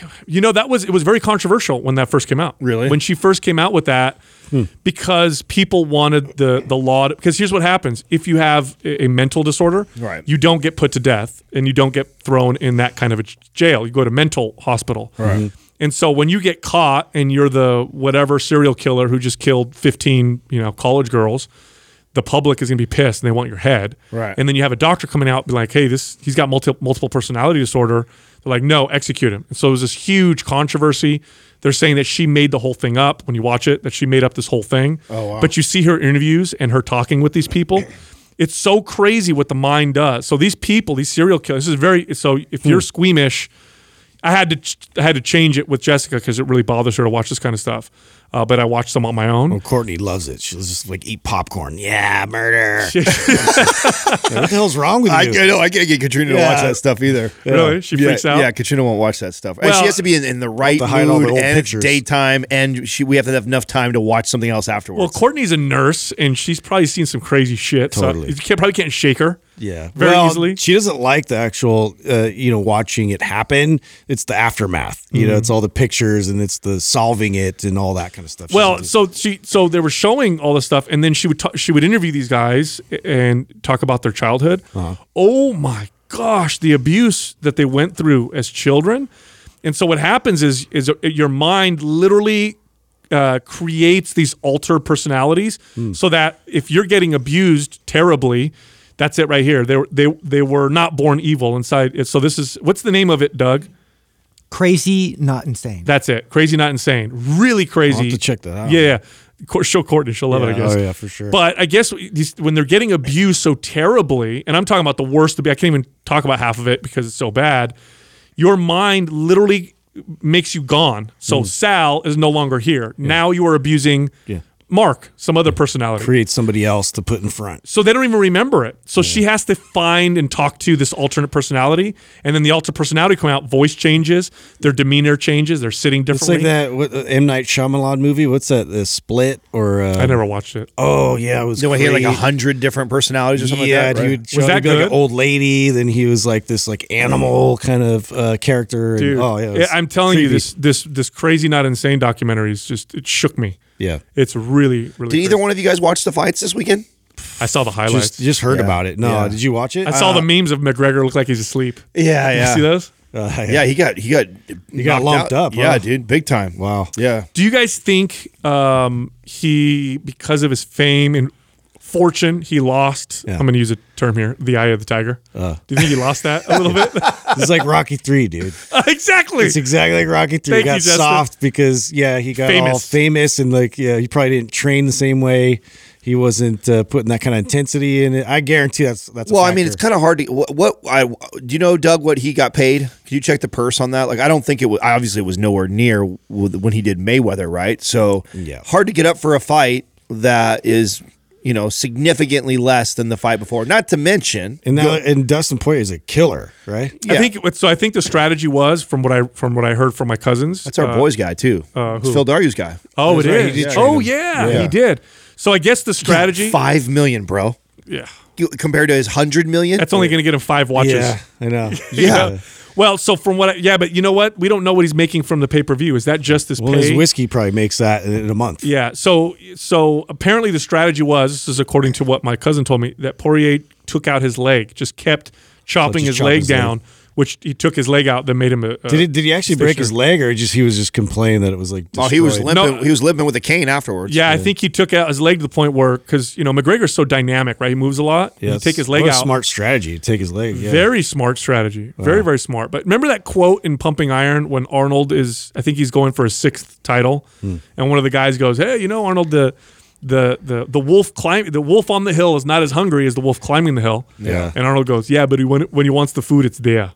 B: Uh, you know, that was it was very controversial when that first came out.
D: Really?
B: when she first came out with that, because people wanted the the law. to- Because here's what happens: if you have a, a mental disorder,
D: Right.
B: you don't get put to death, and you don't get thrown in that kind of a j- jail. You go to mental hospital. Right. And so when you get caught and you're the whatever serial killer who just killed 15, you know, college girls, the public is going to be pissed and they want your head.
D: Right.
B: And then you have a doctor coming out and be like, "Hey, this he's got multi, multiple personality disorder." They're like, "No, execute him." And so it was this huge controversy. They're saying that she made the whole thing up when you watch it, that she made up this whole thing. Oh, wow. But you see her interviews and her talking with these people. It's so crazy what the mind does. So these people, these serial killers, this is very so if you're squeamish, I had to ch- I had to change it with Jessica because it really bothers her to watch this kind of stuff. Uh, but I watched them on my own.
E: Oh, Courtney loves it. She'll just like eat popcorn. Yeah, murder. Yeah, what the hell's wrong with you?
D: I know I can't get Katrina to
E: Yeah.
D: watch that stuff either.
B: Really? She
D: yeah,
B: freaks out?
D: Yeah, Katrina won't watch that stuff, and
B: Well-
D: she has to be in, in the right
E: to hide all
D: mood
E: the old
D: and it's
E: pictures.
D: daytime, and she we have to have enough time to watch something else
B: Well,
D: afterwards.
B: Courtney's a nurse, and she's probably seen some crazy shit.
E: Totally.
B: So you can't, probably can't shake her.
E: yeah,
B: very
E: Well,
B: easily.
E: She doesn't like the actual, uh, you know, watching it happen. It's the aftermath. You
B: Mm-hmm.
E: know, it's all the pictures and it's the solving it and all that kind of stuff. She
B: Well,
E: doesn't-
B: so she, so they were showing all this stuff, and then she would ta- she would interview these guys and talk about their childhood. Oh my gosh, the abuse that they went through as children, and so what happens is is your mind literally uh, creates these alter personalities, so that if you're getting abused terribly. That's it right here. They were, they they were not born evil inside. So this is what's the name of it, Doug?
F: Crazy, not insane.
B: That's it. Crazy, not insane. Really crazy.
E: I'll have to check that out.
B: Yeah, yeah. Of course, show Courtney. She'll love it. I
E: Yeah,
B: guess.
E: oh, yeah, for sure.
B: But I guess these- when they're getting abused so terribly, and I'm talking about the worst. I can't even talk about half of it because it's so bad. Your mind literally makes you gone. So Sal is no longer here. Now you are abusing
E: Mm. Yeah.
B: Mark, some other personality.
E: Create somebody else to put in front.
B: So they don't even remember it. So she has to find and talk to this alternate personality, and then the alternate personality come out. Voice changes, their demeanor changes, they're sitting
E: It's like
B: differently.
E: that what, uh, M Night Shyamalan movie. What's that? The Split or uh,
B: I never watched it.
E: Oh yeah, it was.
D: Then we had like a
E: great.
D: hundred different personalities or something
E: yeah,
D: like that.
E: he
D: right?
E: would show up,
B: that
E: he'd be like
B: good?
E: an old lady. Then he was like this like animal kind of uh, character. and-
B: Dude,
E: oh yeah, it was
B: I'm telling you,
E: creepy.
B: this this this crazy, not insane documentary is just it shook me.
E: Yeah,
B: It's really really.
D: Did
B: crazy.
D: either one of you guys watch the fights this weekend?
B: I saw the highlights.
E: just uh, just heard
D: Yeah.
E: about it. No,
D: Yeah.
E: did you watch it?
B: I saw the memes of McGregor look like he's asleep.
D: Yeah,
B: You see those?
E: Uh,
D: Yeah, he got he got he
E: got lumped up, huh?
D: Yeah, dude, big time.
E: Wow.
D: Yeah,
B: Do you guys think um, he, because of his fame and fortune, he lost?
E: Yeah. Uh.
B: I'm going to use a term here: the eye of the tiger. Do you think he lost that a little bit?
E: It's like Rocky Three, dude.
B: exactly.
E: It's exactly like Rocky Three.
B: Thank
E: He got
B: you, Justin.
E: soft because yeah, he got all
B: Famous.
E: famous and like yeah, he probably didn't train the same way. He wasn't uh, putting that kind of intensity in it. I guarantee that's that's. a
D: Well, I mean,
E: factor.
D: it's kind of hard to what, what I do. You know, Doug, what he got paid? Can you check the purse on that? Like, I don't think it was obviously it was nowhere near with- when he did Mayweather, right? So,
E: Yeah.
D: hard to get up for a fight that is you know significantly less than the fight before. Not to mention,
E: and now and Dustin Poirier is a killer, right?
B: I
D: yeah.
B: think so. I think the strategy was from what I from what I heard from my cousins.
D: that's our boys guy too. it's Phil Daryu's guy.
B: Oh, it
E: That's right,
B: is.
E: he did train
B: Oh,
E: him.
B: yeah,
E: Yeah.
B: he did. So I guess the strategy.
D: five million, bro.
B: Yeah,
D: You- Compared to his hundred million,
B: that's only going to get him five watches.
E: Yeah, I know.
D: yeah.
B: Well, so from what, I, yeah, but you know what? We don't know what he's making from the pay per view. Is that just this
E: Well,
B: pay?
E: his whiskey probably makes that in in a month.
B: Yeah. So so apparently the strategy was this is according to what my cousin told me that Poirier took out his leg, just kept chopping
E: just
B: his
E: chop
B: leg
E: his leg.
B: down, which he took his leg out that made him a. a
E: Did he, did he actually break his leg or just he was just complaining that it was like?
D: Oh, he was
E: destroyed?
D: limping.
B: No.
D: He was limping with a cane afterwards.
B: Yeah, I think he took out his leg to the point where because you know McGregor's so dynamic, right? He moves a lot.
E: Yeah,
B: you take his
E: it's-
B: leg
E: what a
B: out.
E: Smart strategy. to Take his leg. Yeah.
B: Very smart strategy. Very very smart. But remember that quote in Pumping Iron when Arnold is, I think he's going for his sixth title,
E: Hmm.
B: and one of the guys goes, "Hey, you know Arnold the." The, the the wolf climb the wolf on the hill is not as hungry as the wolf climbing the hill.
E: Yeah.
B: And Arnold goes, yeah, but he, when when he wants the food, it's there.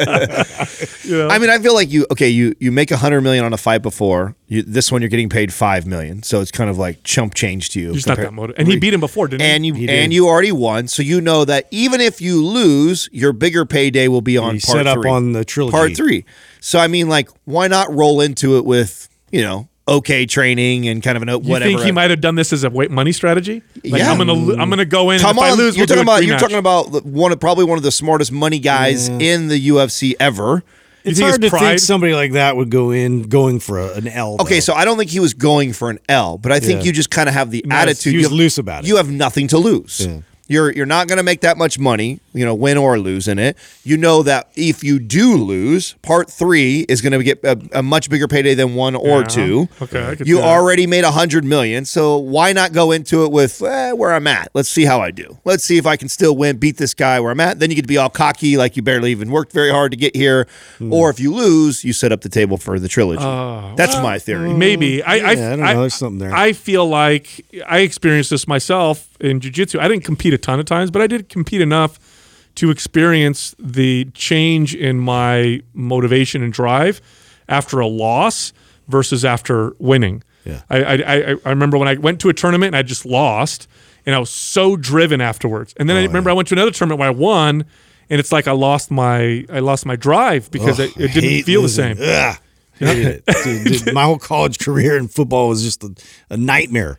D: I mean, I feel like you okay. You you make a hundred million on a fight before you, this one. You're getting paid five million, so it's kind of like chump change to you.
B: He's not that motivated. And he beat him before, didn't
D: And
B: he?
D: you and you already won, so you know that even if you lose, your bigger payday will be on
E: He
D: part
E: set up
D: three.
E: on the trilogy.
D: part three. So I mean, like, why not roll into it with you know okay training and kind of an o-
B: You
D: whatever.
B: think he might have done this as a weight money strategy? Like
D: Yeah.
B: I'm gonna lo- I'm gonna go in.
D: Come
B: and if
D: on,
B: I lose,
D: you're
B: we'll
D: talking
B: do a
D: about you're
B: rematch.
D: talking about the- one of probably one of the smartest money guys in the UFC ever.
B: You
E: It's
B: think
E: hard
B: it's
E: to
B: pride?
E: think somebody like that would go in going for a, an L.
D: Okay,
E: though.
D: so I don't think he was going for an L, but I think
E: Yeah.
D: you just kind of have the
E: Not as-
D: attitude.
E: he was
D: you have-
E: loose about it.
D: You have nothing to lose.
E: Yeah.
D: You're you're not going to make that much money, you know, win or lose in it. You know that if you do lose, part three is going to get a, a much bigger payday than one
E: Uh-huh.
D: or
B: Yeah.
D: two.
B: Okay, I could
D: you
B: see that.
D: already made a hundred million, so why not go into it with eh, where I'm at? Let's see how I do. Let's see if I can still win, beat this guy where I'm at. Then you get to be all cocky, like you barely even worked very hard to get here.
E: Hmm.
D: Or if you lose, you set up the table for the trilogy.
E: Oh,
D: That's my theory.
E: hmm.
B: Maybe I, I,
E: Yeah, I don't know. There's something there.
B: I feel like I experienced this myself in jujitsu. I didn't compete a ton of times, but I did compete enough to experience the change in my motivation and drive after a loss versus after winning.
E: Yeah.
B: I, I, I, I remember when I went to a tournament and I just lost, and I was so driven afterwards.
E: Oh,
B: And then I remember I went to another tournament where I won. And it's like I lost my I lost my drive because it, it didn't
E: Oh, Hate
B: feel
E: losing.
B: the same.
E: Ugh. Hated it. Dude, dude, my whole college career in football was just a, a nightmare.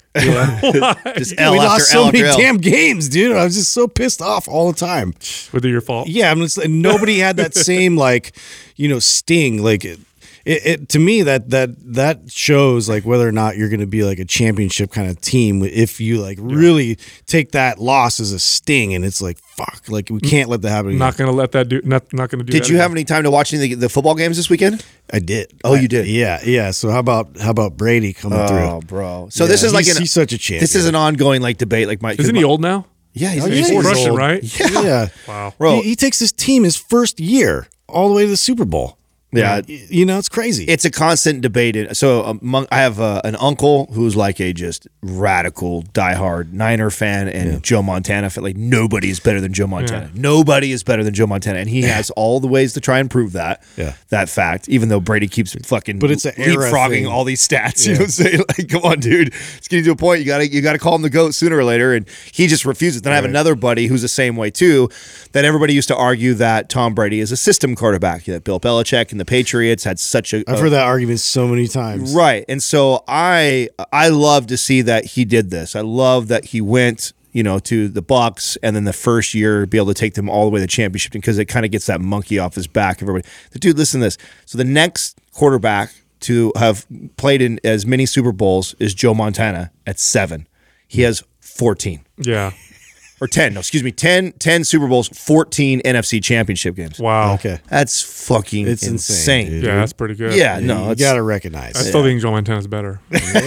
D: Just L
E: we
D: after
E: lost so
D: L
E: many
D: after L.
E: damn games, dude. I was just so pissed off all the time.
B: Whether your fault.
E: Yeah, I'm just, and nobody had that same like, you know, sting. Like it, it, it to me that that that shows like whether or not you're going to be like a championship kind of team if you like really take that loss as a sting and it's like fuck, like we
D: Mm.
E: can't let that happen.
B: Not
E: Again.
B: gonna let that do. Not not gonna do.
D: Did
B: that
D: you
B: again.
D: have any time to watch any of the, the football games this weekend?
E: I did.
D: Oh, you did?
E: Yeah, yeah. So how about how about Brady coming
D: Oh,
E: through?
D: bro. So
E: Yeah,
D: this is like
E: he's-
D: an,
E: he's such a champion.
D: This is an ongoing like debate. Like my
B: Isn't he old now?
D: Yeah, he's,
E: Oh,
D: he's
E: yeah,
B: He's
E: old.
B: Russian, right?
E: Yeah.
B: Wow.
D: Bro,
E: He, he takes his team his first year all the way to the Super Bowl.
D: Yeah.
E: Y- you know, it's crazy.
D: It's a constant debate. in- So among, I have uh, an uncle who's like a just radical, diehard Niner fan, and Joe Montana fan. Like nobody is better than Joe Montana. Nobody is better than Joe Montana, and he has all the ways to try and prove that.
E: Yeah.
D: that fact. Even though Brady keeps fucking,
E: But it's a era thing.
D: leapfrogging all these stats. You know what I'm saying? Like, come on, dude. It's getting to a point. You gotta you gotta call him the goat sooner or later, and he just refuses. Then I have another buddy who's the same way too. That everybody used to argue that Tom Brady is a system quarterback. That Bill Belichick and the Patriots had such a
E: I've heard that argument so many times.
D: Right. And so I I love to see that he did this. I love that he went, you know, to the Bucks and then the first year be able to take them all the way to the championship because it kind of gets that monkey off his back. Everybody, dude, listen to this. So the next quarterback to have played in as many Super Bowls is Joe Montana at seven. He has 14
B: Yeah.
D: or 10, no, excuse me, 10, 10 Super Bowls, 14 NFC championship games.
B: Wow.
E: Okay.
D: That's fucking
E: It's insane,
D: insane.
E: dude.
B: Yeah, that's pretty good.
D: Yeah,
E: you
D: no, it's,
E: gotta recognize.
B: I
E: it.
B: still think Joe Montana's better.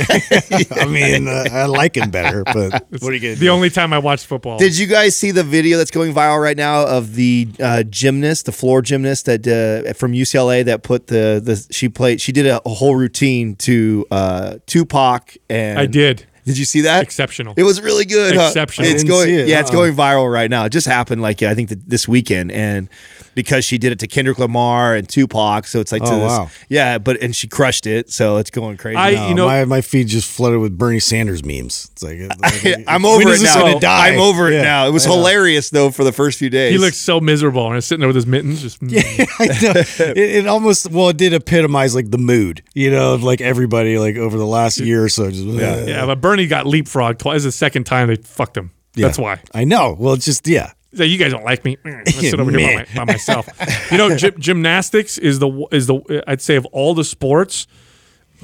E: I mean, uh, I like him better, but what are you gonna
B: the only time I watched football.
D: Did you guys see the video that's going viral right now of the uh, gymnast, the floor gymnast that uh, from UCLA that put the the she played she did a, a whole routine to uh, Tupac and
B: I did.
D: Did you see that?
B: Exceptional.
D: It was really good. huh?
B: Exceptional.
D: It's
E: I didn't
D: going
E: see it,
D: yeah, it's
E: uh-uh.
D: going viral right now. It just happened like I think that this weekend and because she did it to Kendrick Lamar and Tupac, so it's like to
E: Oh,
D: this,
E: wow.
D: yeah, but and she crushed it, so it's going crazy.
B: I-
E: do?
B: You know-
E: my, my feed just flooded with Bernie Sanders memes. It's like, like
D: I'm over
E: when is
D: it
E: this
D: now.
E: gonna die?
D: I'm over it
E: Yeah.
D: now. It was hilarious though for the first few days.
B: He looked so miserable and is sitting there with his mittens. Just
E: I know. It, it almost well, it did epitomize like the mood, you know, of like everybody like over the last year or so. Just, uh,
B: yeah, but Bernie got leapfrogged twice. This is the second time they fucked him. That's why.
E: I know. Well, it's just yeah.
B: He's like, you guys don't like me. Mm, I sit over
E: Man.
B: here by, my, by myself. you know, gy- gymnastics is the is the I'd say of all the sports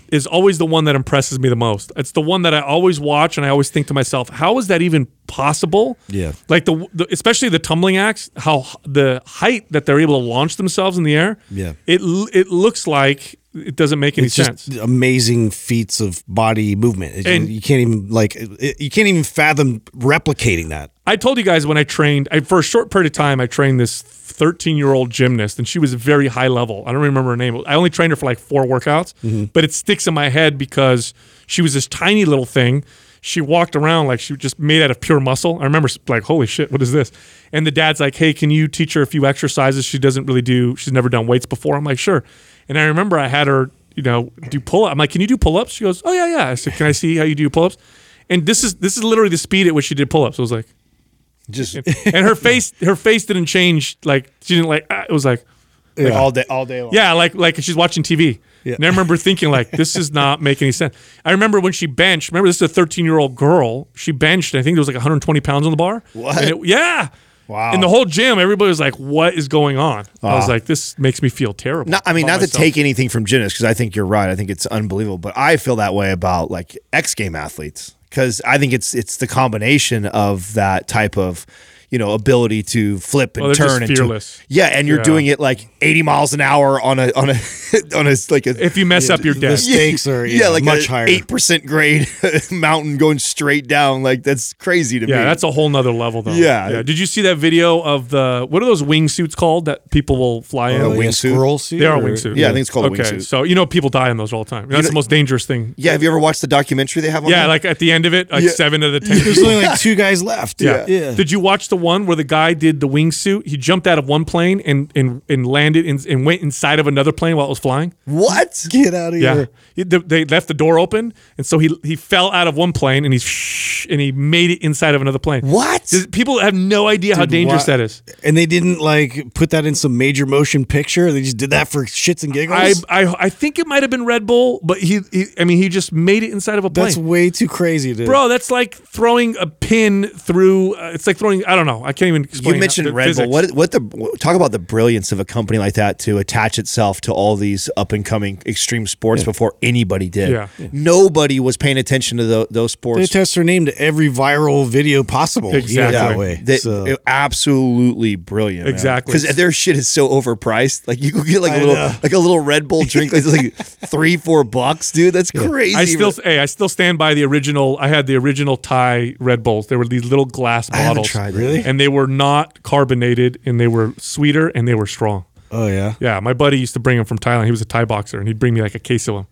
B: is always the one that impresses me the most. It's the one that I always watch and I always think to myself, how is that even possible?
E: Yeah.
B: Like the, the especially the tumbling acts, how h- the height that they're able to launch themselves in the air.
E: Yeah.
B: It l- it looks like it doesn't make any
E: It's
B: sense.
E: just amazing feats of body movement. It-
B: And-
E: you can't even like it, you can't even fathom replicating that.
B: I told you guys when I trained, I, for a short period of time, I trained this 13 year old gymnast, and she was very high level. I don't remember her name. I only trained her for like four workouts, but it sticks in my head because she was this tiny little thing. She walked around like she was just made out of pure muscle. I remember s- like, holy shit, what is this? And the dad's like, hey, can you teach her a few exercises? She doesn't really do, she's never done weights before. I'm like, sure. And I remember I had her, you know, do pull up. I'm like, can you do pull ups? She goes, oh, yeah, yeah. I said, can I see how you do pull ups? And this is this is literally the speed at which she did pull ups. I was like,
D: just
B: and her face her face didn't change like she didn't like ah, it was like
D: like all day all day long.
B: yeah like like she's watching tv and i remember thinking like this does not make any sense i remember when she benched remember this is a 13 year old girl she benched and i think there was like 120 pounds on the bar what yeah
D: Wow.
B: in the whole gym everybody was like what is going on i was like this makes me feel terrible
D: Not, I mean,
B: about
D: not to
B: myself.
D: take anything from gymnasts because I think you're right. I think it's unbelievable, but I feel that way about like X game athletes because I think it's it's the combination of that type of you know ability to flip and
B: Well, they're just
D: turn and to-
B: fearless.
D: yeah, and you're
B: Yeah.
D: doing it like 80 miles an hour on a on a on a like a
B: if you mess up you're dead
E: The stakes are yeah,
D: like
E: much higher.
D: eight percent grade mountain going straight down. Like that's crazy to me.
B: yeah, that's a whole nother level though.
D: Yeah.
B: Did you see that video of the what are those wingsuits called that people will fly in?
E: Like a
D: wingsuit?
E: squirrel suit
B: They are
E: or-
B: wingsuits.
D: Yeah, I think it's called a
B: okay,
D: wingsuit.
B: So you know people die in those all the time. That's the most dangerous thing.
D: yeah. Have you ever watched the documentary they have? on
B: Yeah,
D: that?
B: like at the end of it, like
D: Yeah.
B: seven out of the ten.
E: There's only like two guys left.
B: yeah.
E: yeah.
B: Did you watch the one where the guy did the wingsuit? He jumped out of one plane and and and landed in, and went inside of another plane while it was flying.
D: what?
E: Get out of
B: Yeah,
E: here.
B: He- they- they left the door open, and so he he fell out of one plane and he's and he made it inside of another plane.
D: What?
B: Does- People have no idea how dangerous
E: Why-
B: that is.
E: And they didn't like put that in some major motion picture. They just did that for shits and
B: I,
E: giggles.
B: I I think it might have been Red Bull, but he, he I mean he just made it inside of a plane.
E: That's way too crazy, dude.
B: Bro, that's like throwing a pin through. Uh, it's like throwing. I don't know. I can't even explain.
D: You mentioned
B: the
D: Red
B: physics.
D: Bull. What what the what- talk about the brilliance of a company like that to attach itself to all these up and coming extreme sports before anybody did.
B: Yeah. Yeah.
D: Nobody was paying attention to tho- those
E: they
D: sports.
E: attach their name to every viral video possible.
B: Exactly.
E: Yeah, that way.
D: They-
E: so,
D: it- absolutely brilliant.
B: Exactly.
D: Because their shit is so overpriced. Like you could get like a
E: I
D: little
E: know.
D: like a little Red Bull drink like, it's like three four bucks, dude. That's crazy.
B: I still, hey, I still stand by the original. I had the original Thai Red Bulls. They were these little glass
D: haven't
B: bottles,
D: tried
E: Really?
B: and they were not carbonated, and they were sweeter, and they were strong.
E: Oh yeah.
B: Yeah, my buddy used to bring him from Thailand. He was a Thai boxer, and he'd bring me like a case of them.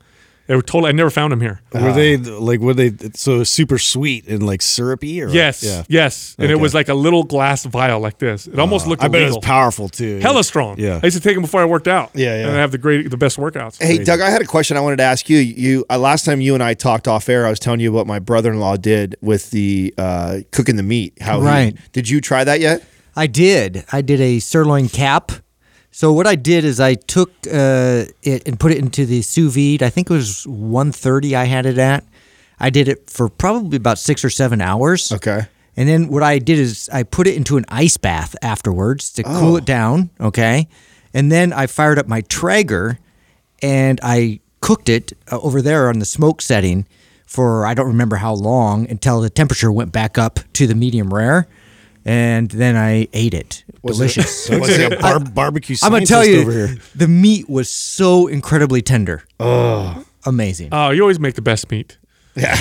B: They were totally. I never found him here.
D: Uh,
E: Were they like were they so super sweet and like syrupy or
B: Yes,
E: Yeah.
B: yes, and it
E: Okay.
B: was like a little glass vial like this. It almost
D: Uh,
B: looked.
E: I bet it
B: illegal.
E: was powerful too.
B: Hella strong.
E: Yeah.
B: I used to take them before I worked out.
D: Yeah, yeah.
B: And I have the great, the best workouts.
D: Hey, Doug, I had a question I wanted to ask you. You uh, last time you and I talked off air, I was telling you what my brother-in-law did with the uh, cooking the meat. How he-
F: Right.
D: did you try that yet?
F: I did. I did a sirloin cap. So what I did is I took uh, it and put it into the sous vide. I think it was 130 I had it at. I did it for probably about six or seven hours.
D: Okay.
F: And then what I did is I put it into an ice bath afterwards to cool it down. Okay. And then I fired up my Traeger and I cooked it uh, over there on the smoke setting for I don't remember how long until the temperature went back up to the medium rare. And then I ate it. Delicious.
E: Looks like a bar- barbecue.
F: I'm gonna
E: scientist
F: tell you,
E: over here.
F: the meat was so incredibly tender. Oh, amazing!
B: Oh, you always make the best meat. Yeah.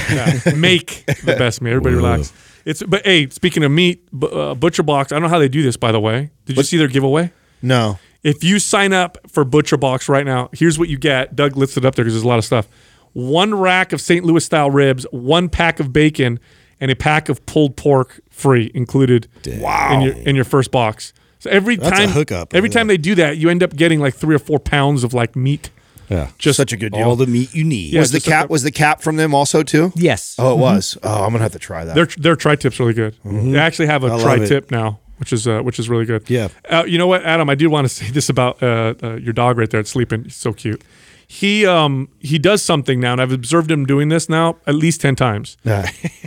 B: Make the best meat. Everybody relax. It's but hey, speaking of meat, bu- uh, Butcher Box. I don't know how they do this, by the way. Did you see their giveaway?
D: No.
B: If you sign up for Butcher Box right now, here's what you get. Doug lists it up there because there's a lot of stuff. One rack of St. Louis style ribs, one pack of bacon, and a pack of pulled pork free included. Wow. In your in your first box. So every
E: That's a
B: time
E: hookup.
B: every
E: Yeah.
B: time they do that, you end up getting like three or four pounds of like meat.
E: Yeah.
B: Just
D: Such a good deal.
E: All the meat you need.
B: Yeah.
D: was the
B: just a
D: cap was the cap from them also too?
F: Yes.
D: Oh, it was. Oh, I'm gonna have to try that.
B: Their their tri tip's really good. They actually have a
E: Mm-hmm. love
B: tri
E: it.
B: tip now, which is uh, which is really good.
E: Yeah.
B: Uh, you know what, Adam? I do want to say this about uh, uh, your dog right there. It's sleeping. He's so cute. He um he does something now, and I've observed him doing this now at least ten times.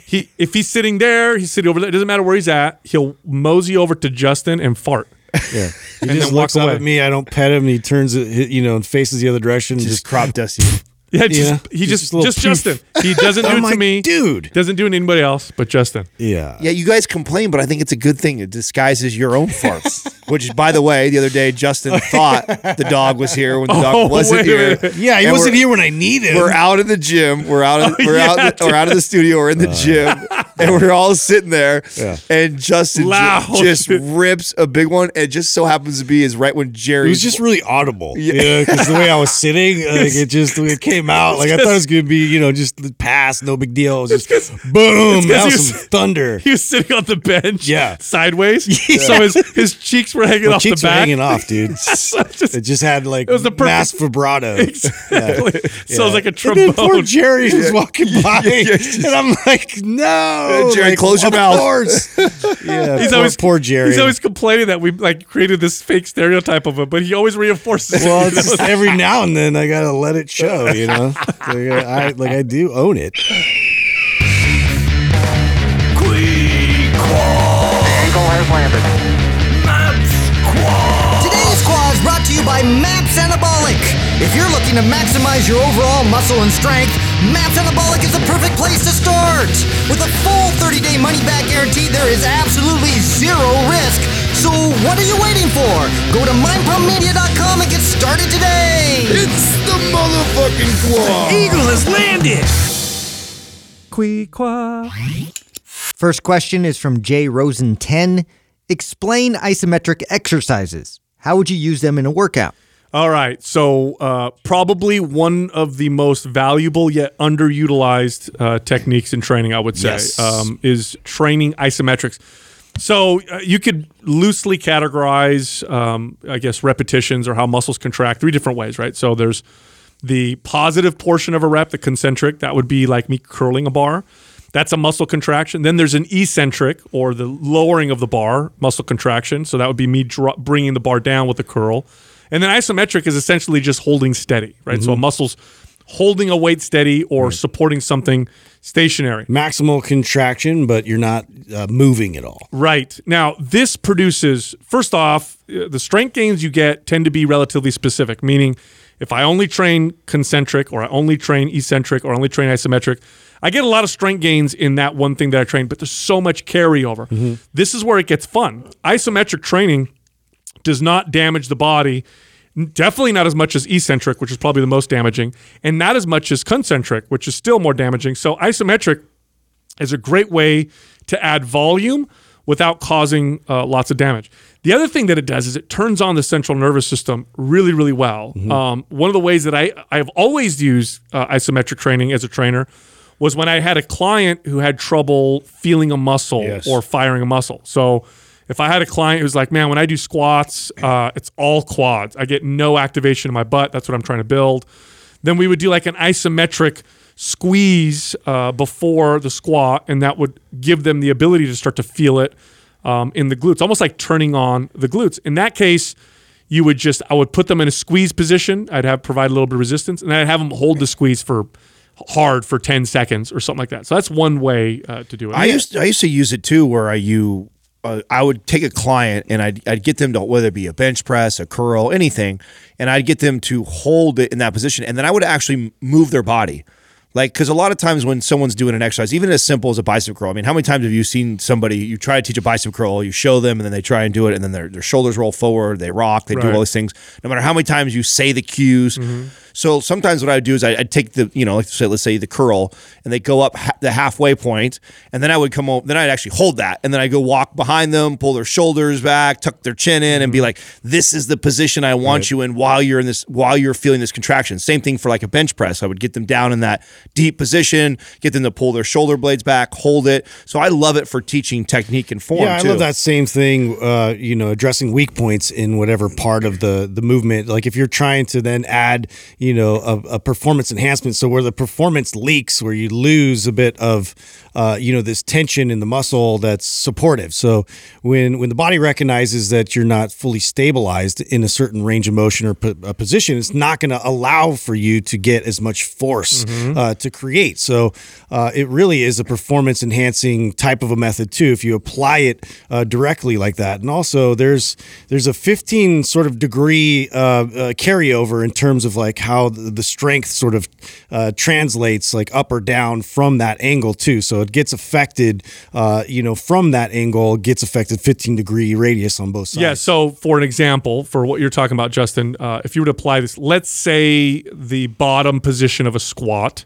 B: he if he's sitting there, he's sitting over there. It doesn't matter where he's at. He'll mosey over to Justin and fart.
E: Yeah. He
B: And
E: just
B: then walk
E: looks up
B: away.
E: at me. I don't pet him. And he turns, it, you know, and faces the other direction. and
D: just
E: Just,
D: crop dusty.
B: Yeah, just,
E: Yeah.
B: he
E: Just
B: just
E: a little
B: just,
E: poof.
B: Justin. He doesn't do
E: I'm
B: it to
E: like,
B: me,
E: dude.
B: Doesn't do it to anybody else, but Justin.
E: yeah.
D: Yeah, you guys complain, but I think it's a good thing. It disguises your own farts. Which, by the way, the other day Justin thought the dog was here when the dog
B: Oh, wait
D: wasn't
B: a
D: here.
B: minute.
E: Yeah, he
D: And
E: wasn't
D: we're-
E: here when I needed him.
D: We're out of the gym. We're out. Of, we're out. We're out of the studio. We're in the gym, and we're all sitting there. And Justin ju-
B: Loud.
D: just rips a big one. It just so happens to be is right when Jerry.
E: It was just really audible. Yeah, because the way I was sitting, like it just it came out. Like I thought it was gonna be, you know, just the pass, no big deal. It was just boom, that
B: he
E: was
B: was-
E: some thunder.
B: He was sitting on the bench,
E: Yeah.
B: sideways. So his his cheeks were hanging
E: My
B: off
E: cheeks
B: the
E: were
B: back.
E: hanging off, dude.
B: So just-
E: It just had like
B: was the perfect-
E: mass vibrato.
B: Exactly. Sounds like a
E: And then poor
B: trombone.
E: Jerry was walking by, and I'm like, no,
D: Yeah, Jerry,
E: like,
D: close your
E: of
D: mouth.
E: course. yeah,
B: He's
E: poor,
B: always
E: poor Jerry.
B: He's always complaining that we like created this fake stereotype of him, but he always reinforces.
E: well,
B: it.
E: it's just every now and then I gotta let it show, you know. Like I, I- like I do own it.
G: Eagle has landed.
F: Today's Quad is brought to you by MAPS Anabolic. If you're looking to maximize your overall muscle and strength, MAPS Anabolic is the perfect place to start. With a full 30 day money back guarantee, there is absolutely zero risk. So, what are you waiting for? Go to mindpumpmedia.com and get started today.
D: It's the motherfucking claw.
A: Eagle has landed.
F: First question is from Jay Rosen 10. Explain isometric exercises. How would you use them in a workout?
B: All right. So, uh, probably one of the most valuable yet underutilized uh, techniques in training, I would say, um, is training isometrics. So, uh, you could loosely categorize, um, I guess, repetitions or how muscles contract three different ways, right? So, there's the positive portion of a rep, the concentric, that would be like me curling a bar. That's a muscle contraction. Then there's an eccentric or the lowering of the bar, muscle contraction. So that would be me dro- bringing the bar down with a curl. And then isometric is essentially just holding steady, right? So a muscle's holding a weight steady or supporting something stationary.
E: Maximal contraction, but you're not uh, moving at all.
B: Right. Now, this produces, first off, uh, the strength gains you get tend to be relatively specific, meaning if I only train concentric or I only train eccentric or only train isometric, I get a lot of strength gains in that one thing that I train, but there's so much carryover. This is where it gets fun. Isometric training does not damage the body. Definitely not as much as eccentric, which is probably the most damaging, and not as much as concentric, which is still more damaging. So isometric is a great way to add volume without causing uh, lots of damage. The other thing that it does is it turns on the central nervous system really, really well. Um, one of the ways that I I have always used uh, isometric training as a trainer was when I had a client who had trouble feeling a muscle
D: Yes.
B: or firing a muscle. So if I had a client who's like, man, when I do squats, uh, it's all quads. I get no activation in my butt. That's what I'm trying to build. Then we would do like an isometric squeeze uh, before the squat, and that would give them the ability to start to feel it um, in the glutes, almost like turning on the glutes. In that case, you would just I would put them in a squeeze position. I'd have provide a little bit of resistance, and I'd have them hold the squeeze for hard for 10 seconds or something like that. So that's one way uh, to do it.
D: I used I used to use it too, where I you uh, I would take a client and I'd I'd get them to whether it be a bench press, a curl, anything, and I'd get them to hold it in that position, and then I would actually move their body. Like, because a lot of times when someone's doing an exercise, even as simple as a bicep curl, I mean, how many times have you seen somebody, you try to teach a bicep curl, you show them, and then they try and do it, and then their, their shoulders roll forward, they rock, they do
B: Right.
D: all these things, no matter how many times you say the cues.
E: Mm-hmm.
D: So sometimes what I would do is I, I'd take the, you know, like say, let's say the curl, and they go up ha- the halfway point, and then I would come over, then I'd actually hold that, and then I'd go walk behind them, pull their shoulders back, tuck their chin in,
E: Mm-hmm.
D: and be like, this is the position I want you in while you're in this, while you're feeling this contraction. Same thing for like a bench press. I would get them down in that deep position, get them to pull their shoulder blades back, hold it. So I love it for teaching technique and form
E: Yeah, I
D: too.
E: love that same thing. Uh, you know, addressing weak points in whatever part of the the movement. Like if you're trying to then add, you know, a, a performance enhancement, so where the performance leaks, where you lose a bit of, uh, you know, this tension in the muscle that's supportive. So when when the body recognizes that you're not fully stabilized in a certain range of motion or po- a position, it's not going to allow for you to get as much force uh, to create. So uh, it really is a performance enhancing type of a method too, if you apply it uh, directly like that. And also, there's there's a 15 sort of degree uh, uh, carryover in terms of like how the the strength sort of uh, translates like up or down from that angle too. So it gets affected, uh, you know, from that angle gets affected 15 degree radius on both sides.
B: Yeah. So, for an example, for what you're talking about, Justin, uh, if you were to apply this, let's say the bottom position of a squat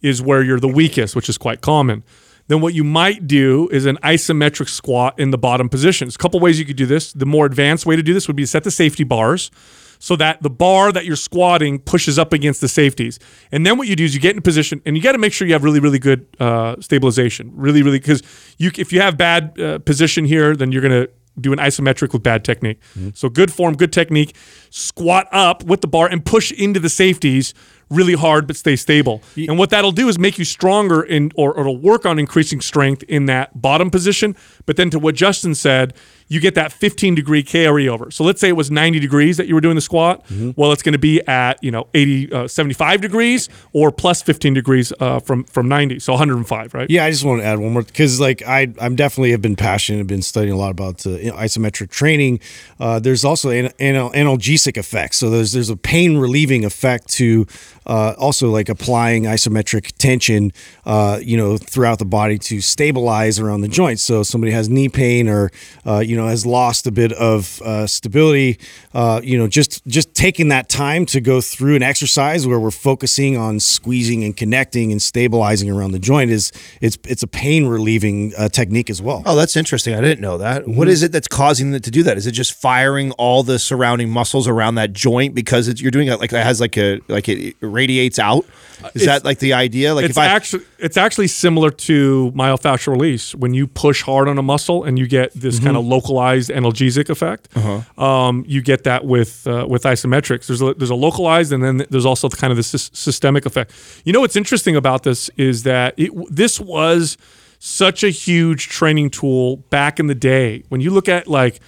B: is where you're the weakest, which is quite common. Then what you might do is an isometric squat in the bottom position. There's a couple ways you could do this. The more advanced way to do this would be to set the safety bars so that the bar that you're squatting pushes up against the safeties. And then what you do is you get in position, and you got to make sure you have really, really good uh, stabilization. Really, really, because you if you have bad uh, position here, then you're gonna do an isometric with bad technique. So good form, good technique. Squat up with the bar and push into the safeties really hard, but stay stable. And what that'll do is make you stronger in, or, or it'll work on increasing strength in that bottom position. But then to what Justin said, you get that 15 degree carryover. So let's say it was 90 degrees that you were doing the squat. Well, it's going to be at you know 80, uh, 75 degrees or plus 15 degrees uh, from from 90, so 105, right?
E: Yeah, I just want to add one more because, like, I I'm definitely have been passionate, and been studying a lot about uh, isometric training. Uh, there's also an, anal- analgesic effects, so there's there's a pain relieving effect to uh, also like applying isometric tension, uh, you know, throughout the body to stabilize around the joints. So if somebody has knee pain or uh, you know has lost a bit of uh, stability, uh, you know, just just taking that time to go through an exercise where we're focusing on squeezing and connecting and stabilizing around the joint is it's it's a pain relieving uh, technique as well.
D: Oh, that's interesting. I didn't know that. What
E: Mm-hmm.
D: is it that's causing it to do that? Is it just firing all the surrounding muscles around that joint because it's, you're doing it like it has like a like it radiates out?
E: Uh,
D: Is that like the idea? Like
B: it's
D: if I
B: actually it's actually similar to myofascial release when you push hard on a muscle and you get this
D: Mm-hmm.
B: kind of localized analgesic effect.
D: Uh-huh.
B: Um, you get that with uh, with isometrics. There's a, there's a localized and then there's also kind of this sys- systemic effect. You know what's interesting about this is that it, this was such a huge training tool back in the day. When you look at like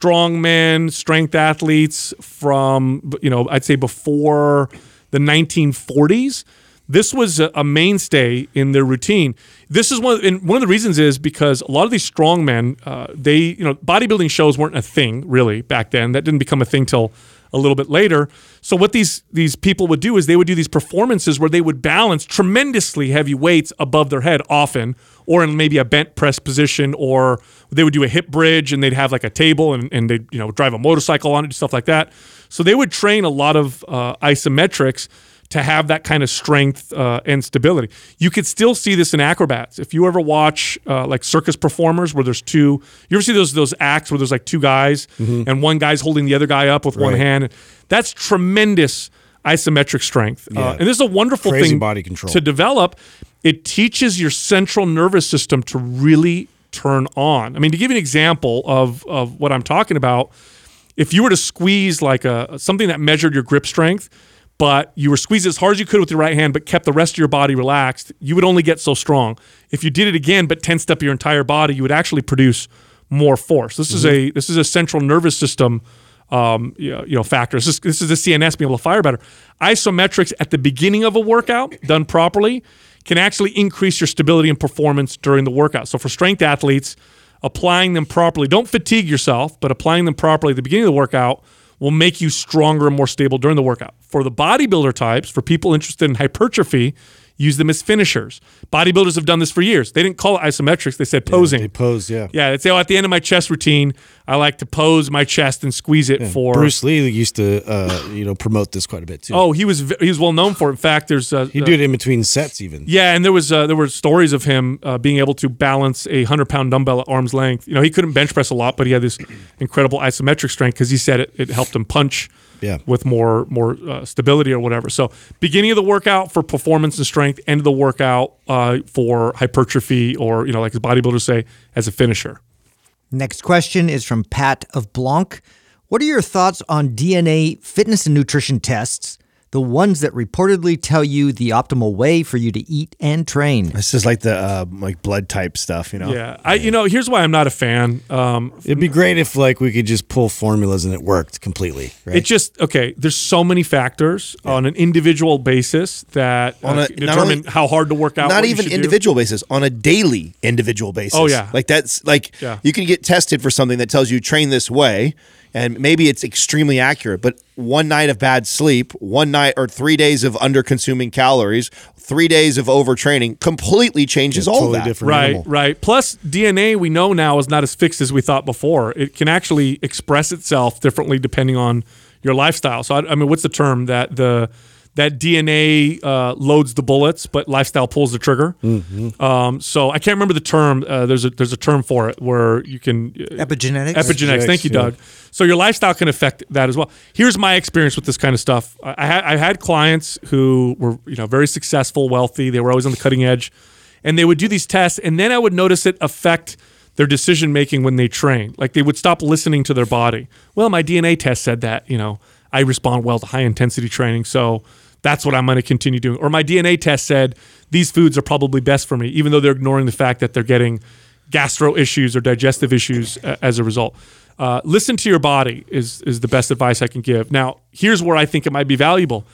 B: strongmen, strength athletes from you know I'd say before the 1940s this was a, a mainstay in their routine. This is one, and one of the reasons is because a lot of these strongmen, uh, they, you know, bodybuilding shows weren't a thing really back then. That didn't become a thing till a little bit later. So what these these people would do is they would do these performances where they would balance tremendously heavy weights above their head often, or in maybe a bent press position, or they would do a hip bridge and they'd have like a table and, and they'd you know drive a motorcycle on it, stuff like that. So they would train a lot of uh, isometrics to have that kind of strength uh, and stability. You could still see this in acrobats. If you ever watch uh, like circus performers where there's two, you ever see those those acts where there's like two guys
E: Mm-hmm.
B: and one guy's holding the other guy up with one hand. That's tremendous isometric strength. Uh, and this is a wonderful
E: Crazy
B: thing
E: body control.
B: to develop. It teaches your central nervous system to really turn on. I mean, to give you an example of of what I'm talking about, if you were to squeeze like a something that measured your grip strength, but you were squeezing as hard as you could with your right hand, but kept the rest of your body relaxed, you would only get so strong. If you did it again, but tensed up your entire body, you would actually produce more force. This is a this is a central nervous system um, you know, you know factors. This, this is the CNS being able to fire better. Isometrics at the beginning of a workout done properly can actually increase your stability and performance during the workout. So for strength athletes, applying them properly, don't fatigue yourself, but applying them properly at the beginning of the workout will make you stronger and more stable during the workout. For the bodybuilder types, for people interested in hypertrophy, use them as finishers. Bodybuilders have done this for years. They didn't call it isometrics, they said posing.
E: They pose, yeah.
B: Yeah, it's oh, at the end of my chest routine, I like to pose my chest and squeeze it for.
E: Bruce Lee used to, uh, you know, promote this quite a bit too.
B: Oh, he was v- he was well known for. It. In fact, there's uh,
E: he
B: uh,
E: would do it in between sets, even.
B: yeah, and there was uh, there were stories of him uh, being able to balance a hundred pound dumbbell at arm's length. You know, he couldn't bench press a lot, but he had this incredible isometric strength because he said it, it helped him punch
E: Yeah.
B: with more more uh, stability or whatever. So beginning of the workout for performance and strength, end of the workout uh, for hypertrophy or you know like bodybuilders say as a finisher.
F: Next question is from Pat of Blanc. What are your thoughts on DNA fitness and nutrition tests, the ones that reportedly tell you the optimal way for you to eat and train?
D: It's just like the uh, like blood type stuff, you know.
B: Yeah, I you know here's why I'm not a fan. Um,
E: It'd be great if like we could just pull formulas and it worked completely. Right?
B: It just okay. There's so many factors on an individual basis that uh,
D: On a- not
B: determine
D: only-
B: how hard to work out.
D: Not
B: what you
D: even
B: should do.
D: individual basis, on a daily individual basis.
B: Oh, yeah.
D: like that's like
B: Yeah.
D: you can get tested for something that tells you train this way, and maybe it's extremely accurate. But one night of bad sleep, one night or three days of under consuming calories, three days of overtraining completely changes all
E: totally
D: that.
E: different
B: Right,
E: animal.
B: right. Plus, DNA we know now is not as fixed as we thought before. It can actually express itself differently depending on your lifestyle. So, I, I mean, what's the term that the that DNA uh, loads the bullets, but lifestyle pulls the trigger.
D: Mm-hmm.
B: Um, so, I can't remember the term. Uh, there's a there's a term for it where you can uh,
F: Epigenetics?
B: Epigenetics. Thank you, Doug. So your lifestyle can affect that as well. Here's my experience with this kind of stuff. I, I, had, I had clients who were you know very successful, wealthy. They were always on the cutting edge, and they would do these tests, and then I would notice it affect their decision making when they train. Like they would stop listening to their body. Well, my DNA test said that you know I respond well to high intensity training, so that's what I'm going to continue doing. Or my DNA test said these foods are probably best for me, even though they're ignoring the fact that they're getting gastro issues or digestive issues uh, as a result. Uh, listen to your body is is the best advice I can give. Now, here's where I think it might be valuable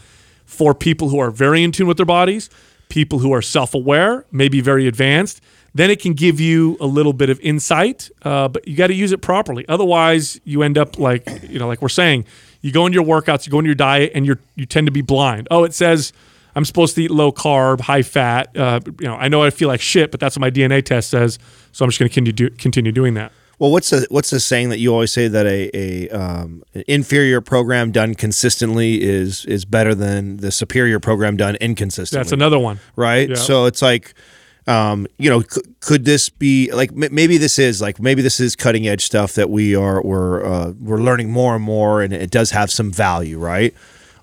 B: for people who are very in tune with their bodies, people who are self-aware, maybe very advanced. Then it can give you a little bit of insight, uh, but you got to use it properly. Otherwise, you end up like you know, like we're saying, you go into your workouts, you go into your diet, and you are you tend to be blind. Oh, it says I'm supposed to eat low carb, high fat. Uh, you know, I know I feel like shit, but that's what my DNA test says. So I'm just going to continue do, continue doing that.
D: Well, what's the what's the saying that you always say that a a um, an inferior program done consistently is is better than the superior program done inconsistently.
B: That's another one.
D: right?
B: Yeah.
D: So it's like, um, you know, c- could this be like m- maybe this is like maybe this is cutting edge stuff that we are we're uh, we're learning more and more, and it does have some value, right?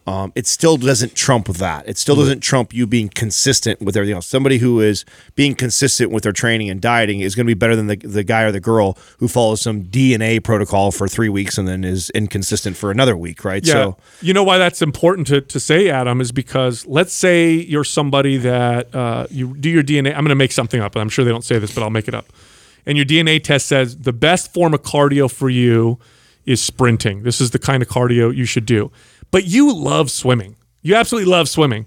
D: Um, it still doesn't trump that. It
B: Mm-hmm.
D: still doesn't trump you being consistent with everything else. Somebody who is being consistent with their training and dieting is going to be better than the, the guy or the girl who follows some DNA protocol for three weeks and then is inconsistent for another week, right?
B: Yeah.
D: So
B: you know why that's important to, to say, Adam, is because let's say you're somebody that uh, you do your DNA. I'm going to make something up, and I'm sure they don't say this, but I'll make it up. And your DNA test says the best form of cardio for you is sprinting. This is the kind of cardio you should do. But you love swimming. You absolutely love swimming.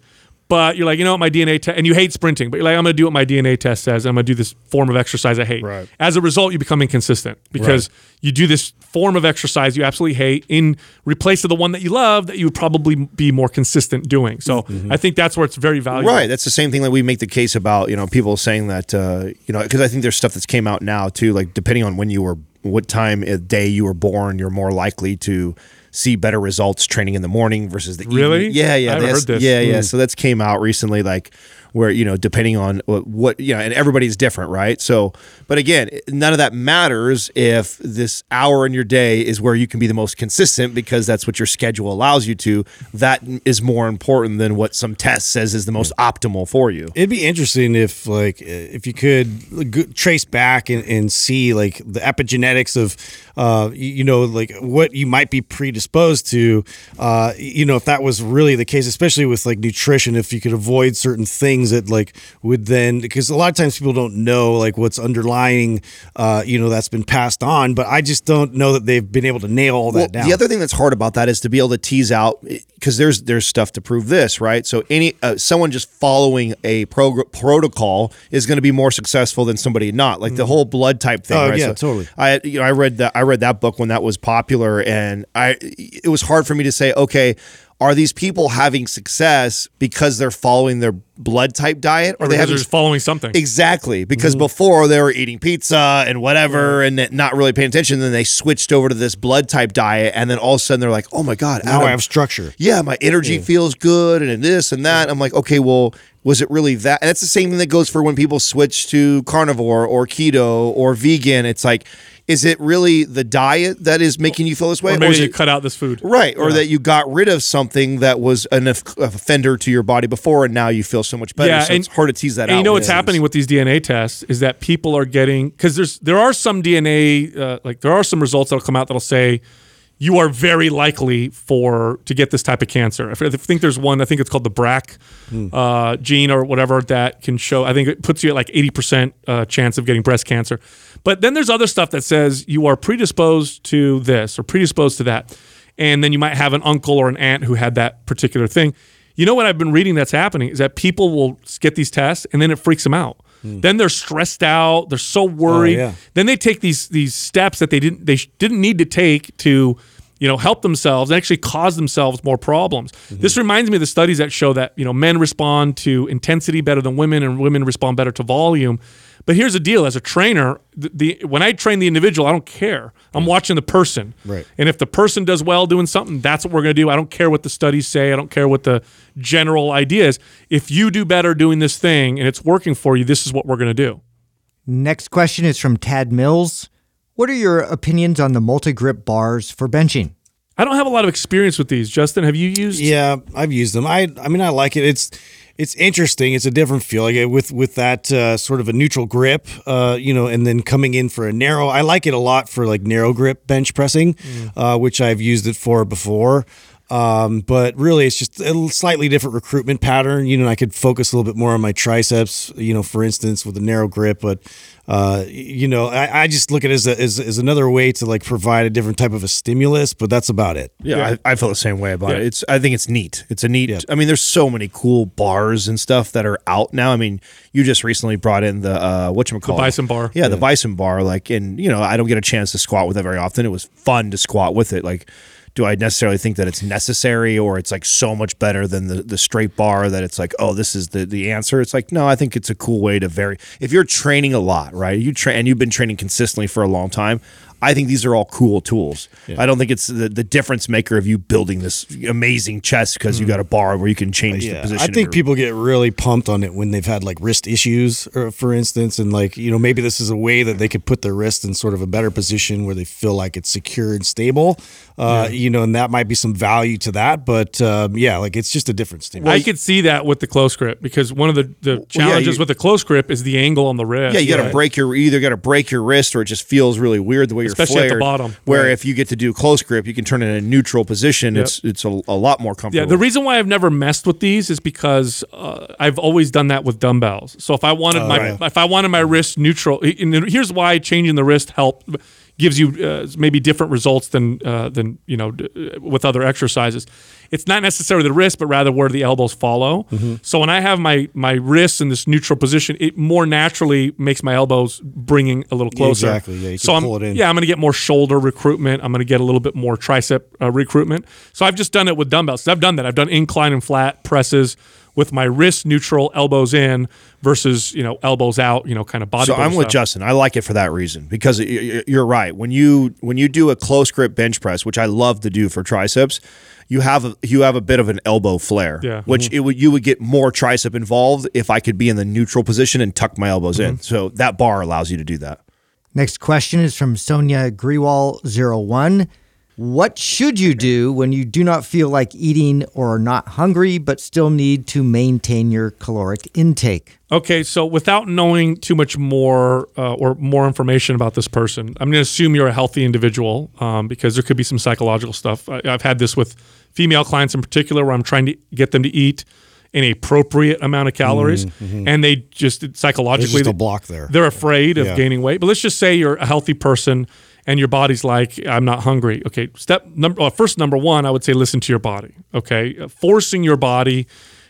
B: But you're like, you know what, my DNA test, and you hate sprinting, but you're like, I'm going to do what my DNA test says. And I'm going to do this form of exercise I hate. Right. As a result, you become inconsistent because you do this form of exercise you absolutely hate in replace of the one that you love that you would probably be more consistent doing. So I think that's where it's very valuable.
D: Mm-hmm. Right. That's the same thing that we make the case about, you know, people saying that, uh, you know, because I think there's stuff that's came out now too, like depending on when you were, what time of day you were born, you're more likely to see better results training in the morning versus the
B: Really?
D: evening. yeah yeah
B: I haven't
D: that's-
B: heard this. Hmm.
D: yeah yeah so that's came out recently like where you know depending on what, what you know and everybody's different right so but again none of that matters if this hour in your day is where you can be the most consistent because that's what your schedule allows you to that is more important than what some test says is the most optimal for you
E: It'd be interesting if, like, uh, if you could like, go- trace back and, and see like the epigenetics of, uh, y- you know, like what you might be predisposed to. Uh, y- you know, if that was really the case, especially with like nutrition, if you could avoid certain things that like would then, because a lot of times people don't know like what's underlying, uh, you know, that's been passed on. But I just don't know that they've been able to nail all that
D: Well,
E: down.
D: The other thing that's hard about that is to be able to tease out because there's there's stuff to prove this, right? So any uh, someone just following a progr protocol is going to be more successful than somebody not. Like the whole blood type thing.
E: Mm. Oh,
D: right?
E: yeah,
D: So
E: totally.
D: I you know I read that I read that book when that was popular, and I it was hard for me to say okay. Are these people having success because they're following their blood type diet, or,
B: Or
D: they
B: because
D: have
B: they're just following something.
D: Exactly, because
B: Mm-hmm.
D: before they were eating pizza and whatever, and not really paying attention. Then they switched over to this blood type diet, and then all of a sudden they're like, "Oh my god,
E: now
D: Adam,
E: I have structure.
D: yeah, my energy feels good, and this and that." I'm like, "Okay, well, was it really that?" And that's the same thing that goes for when people switch to carnivore or keto or vegan. It's like, is it really the diet that is making you feel this way,
B: or maybe
D: is
B: you
D: it-
B: cut out this food.
D: Right, or that you got rid of something that was an off- offender to your body before, and now you feel so much better.
B: Yeah,
D: so
B: and-
D: it's hard to tease that
B: And
D: out.
B: you know
D: when
B: what's
D: it is.
B: happening with these DNA tests is that people are getting because there's there are some DNA uh, like there are some results that'll come out that'll say you are very likely for to get this type of cancer. I f- I think there's one I think it's called the BRAC
D: Hmm.
B: uh, gene or whatever that can show. I think it puts you at like 80 percent uh, chance of getting breast cancer. But then there's other stuff that says you are predisposed to this or predisposed to that, and then you might have an uncle or an aunt who had that particular thing. You know what I've been reading that's happening is that people will s- get these tests and then it freaks them out. Then they're stressed out. They're so worried.
E: yeah.
B: Then they take these these steps that they didn't they sh- didn't need to take to you know help themselves and actually cause themselves more problems. This reminds me of the studies that show that you know men respond to intensity better than women and women respond better to volume. But here's the deal: as a trainer, the, the when I train the individual, I don't care. I'm watching the person.
E: Right.
B: And if the person does well doing something, that's what we're going to do. I don't care what the studies say. I don't care what the general idea is. If you do better doing this thing and it's working for you, this is what we're going to do.
F: Next question is from Tad Mills. What are your opinions on the multi grip bars for benching?
B: I don't have a lot of experience with these. Justin, have you used?
E: Yeah, I've used them. I I mean, I like it. It's it's interesting. It's a different feel. Like uh, with with that uh, sort of a neutral grip, uh, you know, and then coming in for a narrow. I like it a lot for like narrow grip bench pressing, uh, which I've used it for before. Um, but really, it's just a l- slightly different recruitment pattern. You know, I could focus a little bit more on my triceps. You know, for instance, with a narrow grip. But uh, y- you know, I, I just look at it as, a, as as another way to like provide a different type of a stimulus. But that's about it.
D: Yeah, I, I feel the same way about
B: Yeah.
D: it. It's I think it's neat. It's a neat. I mean, there's so many cool bars and stuff that are out now. I mean, you just recently brought in the uh, what you call
B: bison bar.
D: Yeah,
E: Mm.
D: the bison bar. Like, and you know, I don't get a chance to squat with it very often. It was fun to squat with it. Like, do I necessarily think that it's necessary or it's like so much better than the the straight bar that it's like, oh, this is the the answer? It's like, no, I think it's a cool way to vary. If you're training a lot, right? You train and you've been training consistently for a long time. I think these are all cool tools. I don't think it's the, the difference maker of you building this amazing chest because you got a bar where you can change the position.
E: Mm. I
D: of
E: think
D: your-
E: people get really pumped on it when they've had like wrist issues, or, for instance, and like you know maybe this is a way that they could put their wrist in sort of a better position where they feel like it's secure and stable. Uh, You know, and that might be some value to that, but um, yeah, like it's just a different stimulus.
B: I could see that with the close grip because one of the, the
D: yeah,
B: challenges
D: you-
B: with the close grip is the angle on the wrist.
D: Yeah, you got to break your you either got to break your wrist or it just feels really weird the way
B: Especially at
D: you're
B: the
D: flared.
B: bottom.
D: Where
B: Right.
D: if you get to do close grip, you can turn it in a neutral position. It's it's a, a lot more comfortable.
B: Yeah, the reason why I've never messed with these is because uh, I've always done that with dumbbells. So if I wanted
E: Oh,
B: my if I wanted my wrist neutral, and then here's why changing the wrist help gives you uh, maybe different results than uh, than you know d- uh, with other exercises. It's not necessarily the wrist, but rather where the elbows follow.
E: Mm-hmm.
B: So when I have my my wrists in this neutral position, it more naturally makes my elbows bringing a little closer.
E: exactly. Yeah, you
B: so
E: can
B: I'm,
E: pull it in.
B: Yeah, yeah, I'm going to get more shoulder recruitment. I'm going to get a little bit more tricep uh, recruitment. So I've just done it with dumbbells. I've done that. I've done incline and flat presses with my wrist neutral, elbows in versus you know elbows out. You know, kind of body.
D: So I'm with Justin. I like it for that reason because y- y- you're right. When you when you do a close grip bench press, which I love to do for triceps, you have a, you have a bit of an elbow flare,
B: Yeah. mm-hmm.
D: which it would you would get more tricep involved if I could be in the neutral position and tuck my elbows
B: Mm-hmm.
D: in. So that bar allows you to do that.
F: Next question is from Sonia Grewal01. What should you do when you do not feel like eating or are not hungry, but still need to maintain your caloric intake?
B: Okay, so without knowing too much more uh, or more information about this person, I'm going to assume you're a healthy individual um, because there could be some psychological stuff. I, I've had this with female clients in particular where I'm trying to get them to eat an appropriate amount of calories, and they just psychologically
E: There's just a block there.
B: They're afraid of
E: Yeah.
B: gaining weight. But let's just say you're a healthy person and your body's like, I'm not hungry. Okay, step number uh, first, number one, I would say listen to your body. Okay, Uh, forcing your body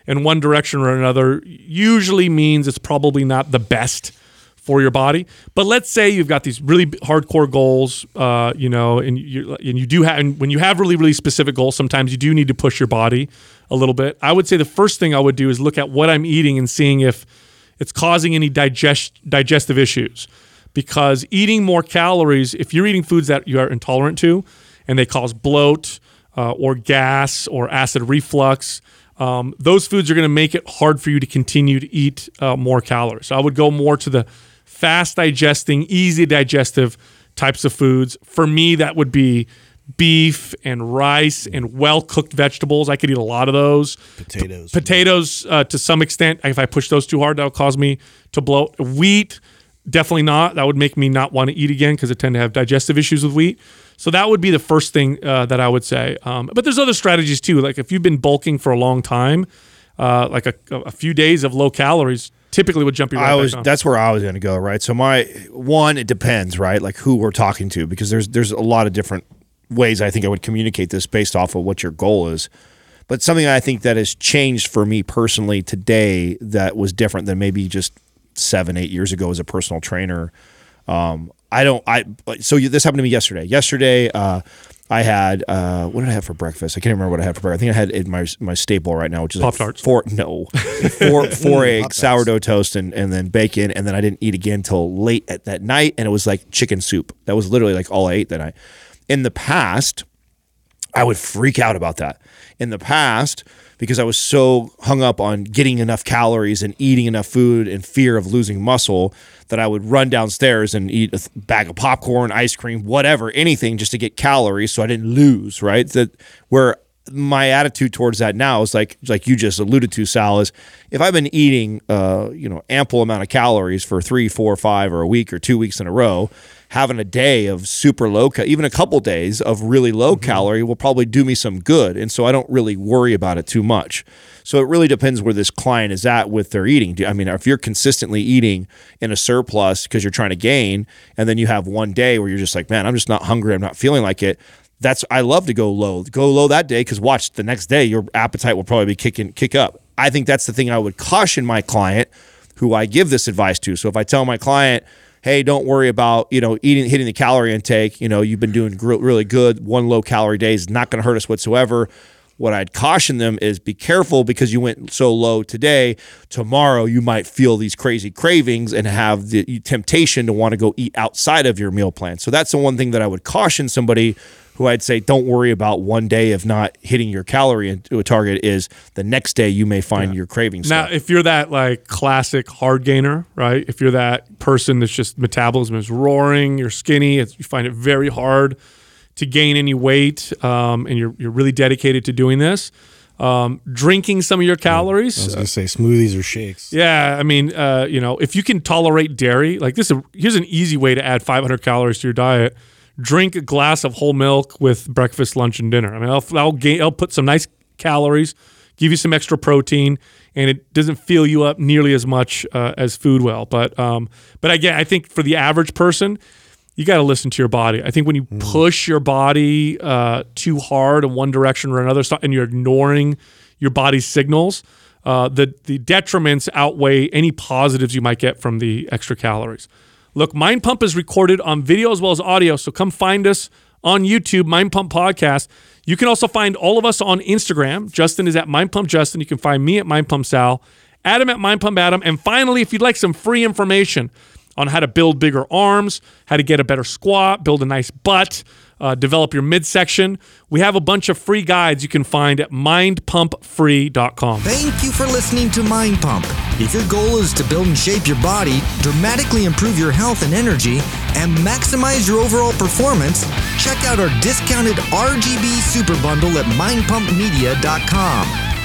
B: in one direction or another usually means it's probably not the best for your body. But let's say you've got these really b- hardcore goals, uh, you know, and you and you do have and when you have really really specific goals, sometimes you do need to push your body a little bit. I would say the first thing I would do is look at what I'm eating and seeing if it's causing any digest digestive issues because eating more calories if you're eating foods that you are intolerant to and they cause bloat uh, or gas or acid reflux um, those foods are going to make it hard for you to continue to eat uh, more calories so i would go more to the fast digesting easy digestive types of foods for me that would be beef and rice and well cooked vegetables i could eat a lot of those
E: Potatoes.
B: potatoes uh, to some extent. If I push those too hard, that'll cause me to bloat. Wheat, definitely not. That would make me not want to eat again because I tend to have digestive issues with wheat. So that would be the first thing uh, that I would say. Um, but there's other strategies too. Like if you've been bulking for a long time, uh, like a, a few days of low calories typically would jump you right
D: I
B: back
D: was
B: on.
D: that's where I was going to go, right? So my one it depends, right? Like who we're talking to because there's there's a lot of different ways I think I would communicate this based off of what your goal is. But something I think that has changed for me personally today that was different than maybe just 7 8 years ago as a personal trainer um, I don't. I like, so you, this happened to me yesterday. Yesterday, uh, I had uh, what did I have for breakfast? I can't remember what I had for breakfast. I think I had it- my my staple right now, which is like
B: Pop-Tarts.
D: Four no, four four eggs, sourdough toast, and and then bacon, and then I didn't eat again till late at that night, and it was like chicken soup. That was literally like all I ate that night. In the past, I would freak out about that in the past because I was so hung up on getting enough calories and eating enough food and fear of losing muscle that I would run downstairs and eat a th- bag of popcorn, ice cream, whatever, anything just to get calories so I didn't lose, right? That where my attitude towards that now is like like you just alluded to, Sal, is if I've been eating uh, you know, ample amount of calories for three, four, five, or a week or two weeks in a row, having a day of super low, ca- even a couple days of really low calorie will probably do me some good. And so I don't really worry about it too much. So it really depends where this client is at with their eating. Do- I mean, if you're consistently eating in a surplus because you're trying to gain, and then you have one day where you're just like, man, I'm just not hungry, I'm not feeling like it. That's I love to go low. Go low that day because watch the next day your appetite will probably be kicking kick up. I think that's the thing I would caution my client who I give this advice to. So if I tell my client, hey, don't worry about you know eating hitting the calorie intake. You know you've been doing gr- really good. One low calorie day is not going to hurt us whatsoever. What I'd caution them is be careful because you went so low today. Tomorrow you might feel these crazy cravings and have the temptation to want to go eat outside of your meal plan. So that's the one thing that I would caution somebody who I'd say don't worry about one day of not hitting your calorie in- to a target is the next day you may find your cravings.
B: Now, if you're that like classic hard gainer, right? If you're that person that's just metabolism is roaring, you're skinny, it's, you find it very hard to gain any weight, um, and you're you're really dedicated to doing this. Um, drinking some of your
E: I
B: calories,
E: was gonna say smoothies or shakes.
B: yeah, I mean, uh, you know, if you can tolerate dairy, like this, is a, here's an easy way to add 500 calories to your diet. Drink a glass of whole milk with breakfast, lunch, and dinner. I mean, I'll, I'll, gain, I'll put some nice calories, give you some extra protein, and it doesn't fill you up nearly as much uh, as food will. But um, but again, I think for the average person, you got to listen to your body. I think when you push your body uh, too hard in one direction or another, so- and you're ignoring your body's signals, uh, the the detriments outweigh any positives you might get from the extra calories. Look, Mind Pump is recorded on video as well as audio, so come find us on YouTube, Mind Pump Podcast. You can also find all of us on Instagram. Justin is at Mind Pump Justin. You can find me at Mind Pump Sal, Adam at Mind Pump Adam. And finally, if you'd like some free information on how to build bigger arms, how to get a better squat, build a nice butt, uh, develop your midsection, we have a bunch of free guides you can find at mindpumpfree.com.
A: Thank you for listening to Mind Pump. If your goal is to build and shape your body, dramatically improve your health and energy, and maximize your overall performance, check out our discounted RGB Super Bundle at mindpumpmedia.com.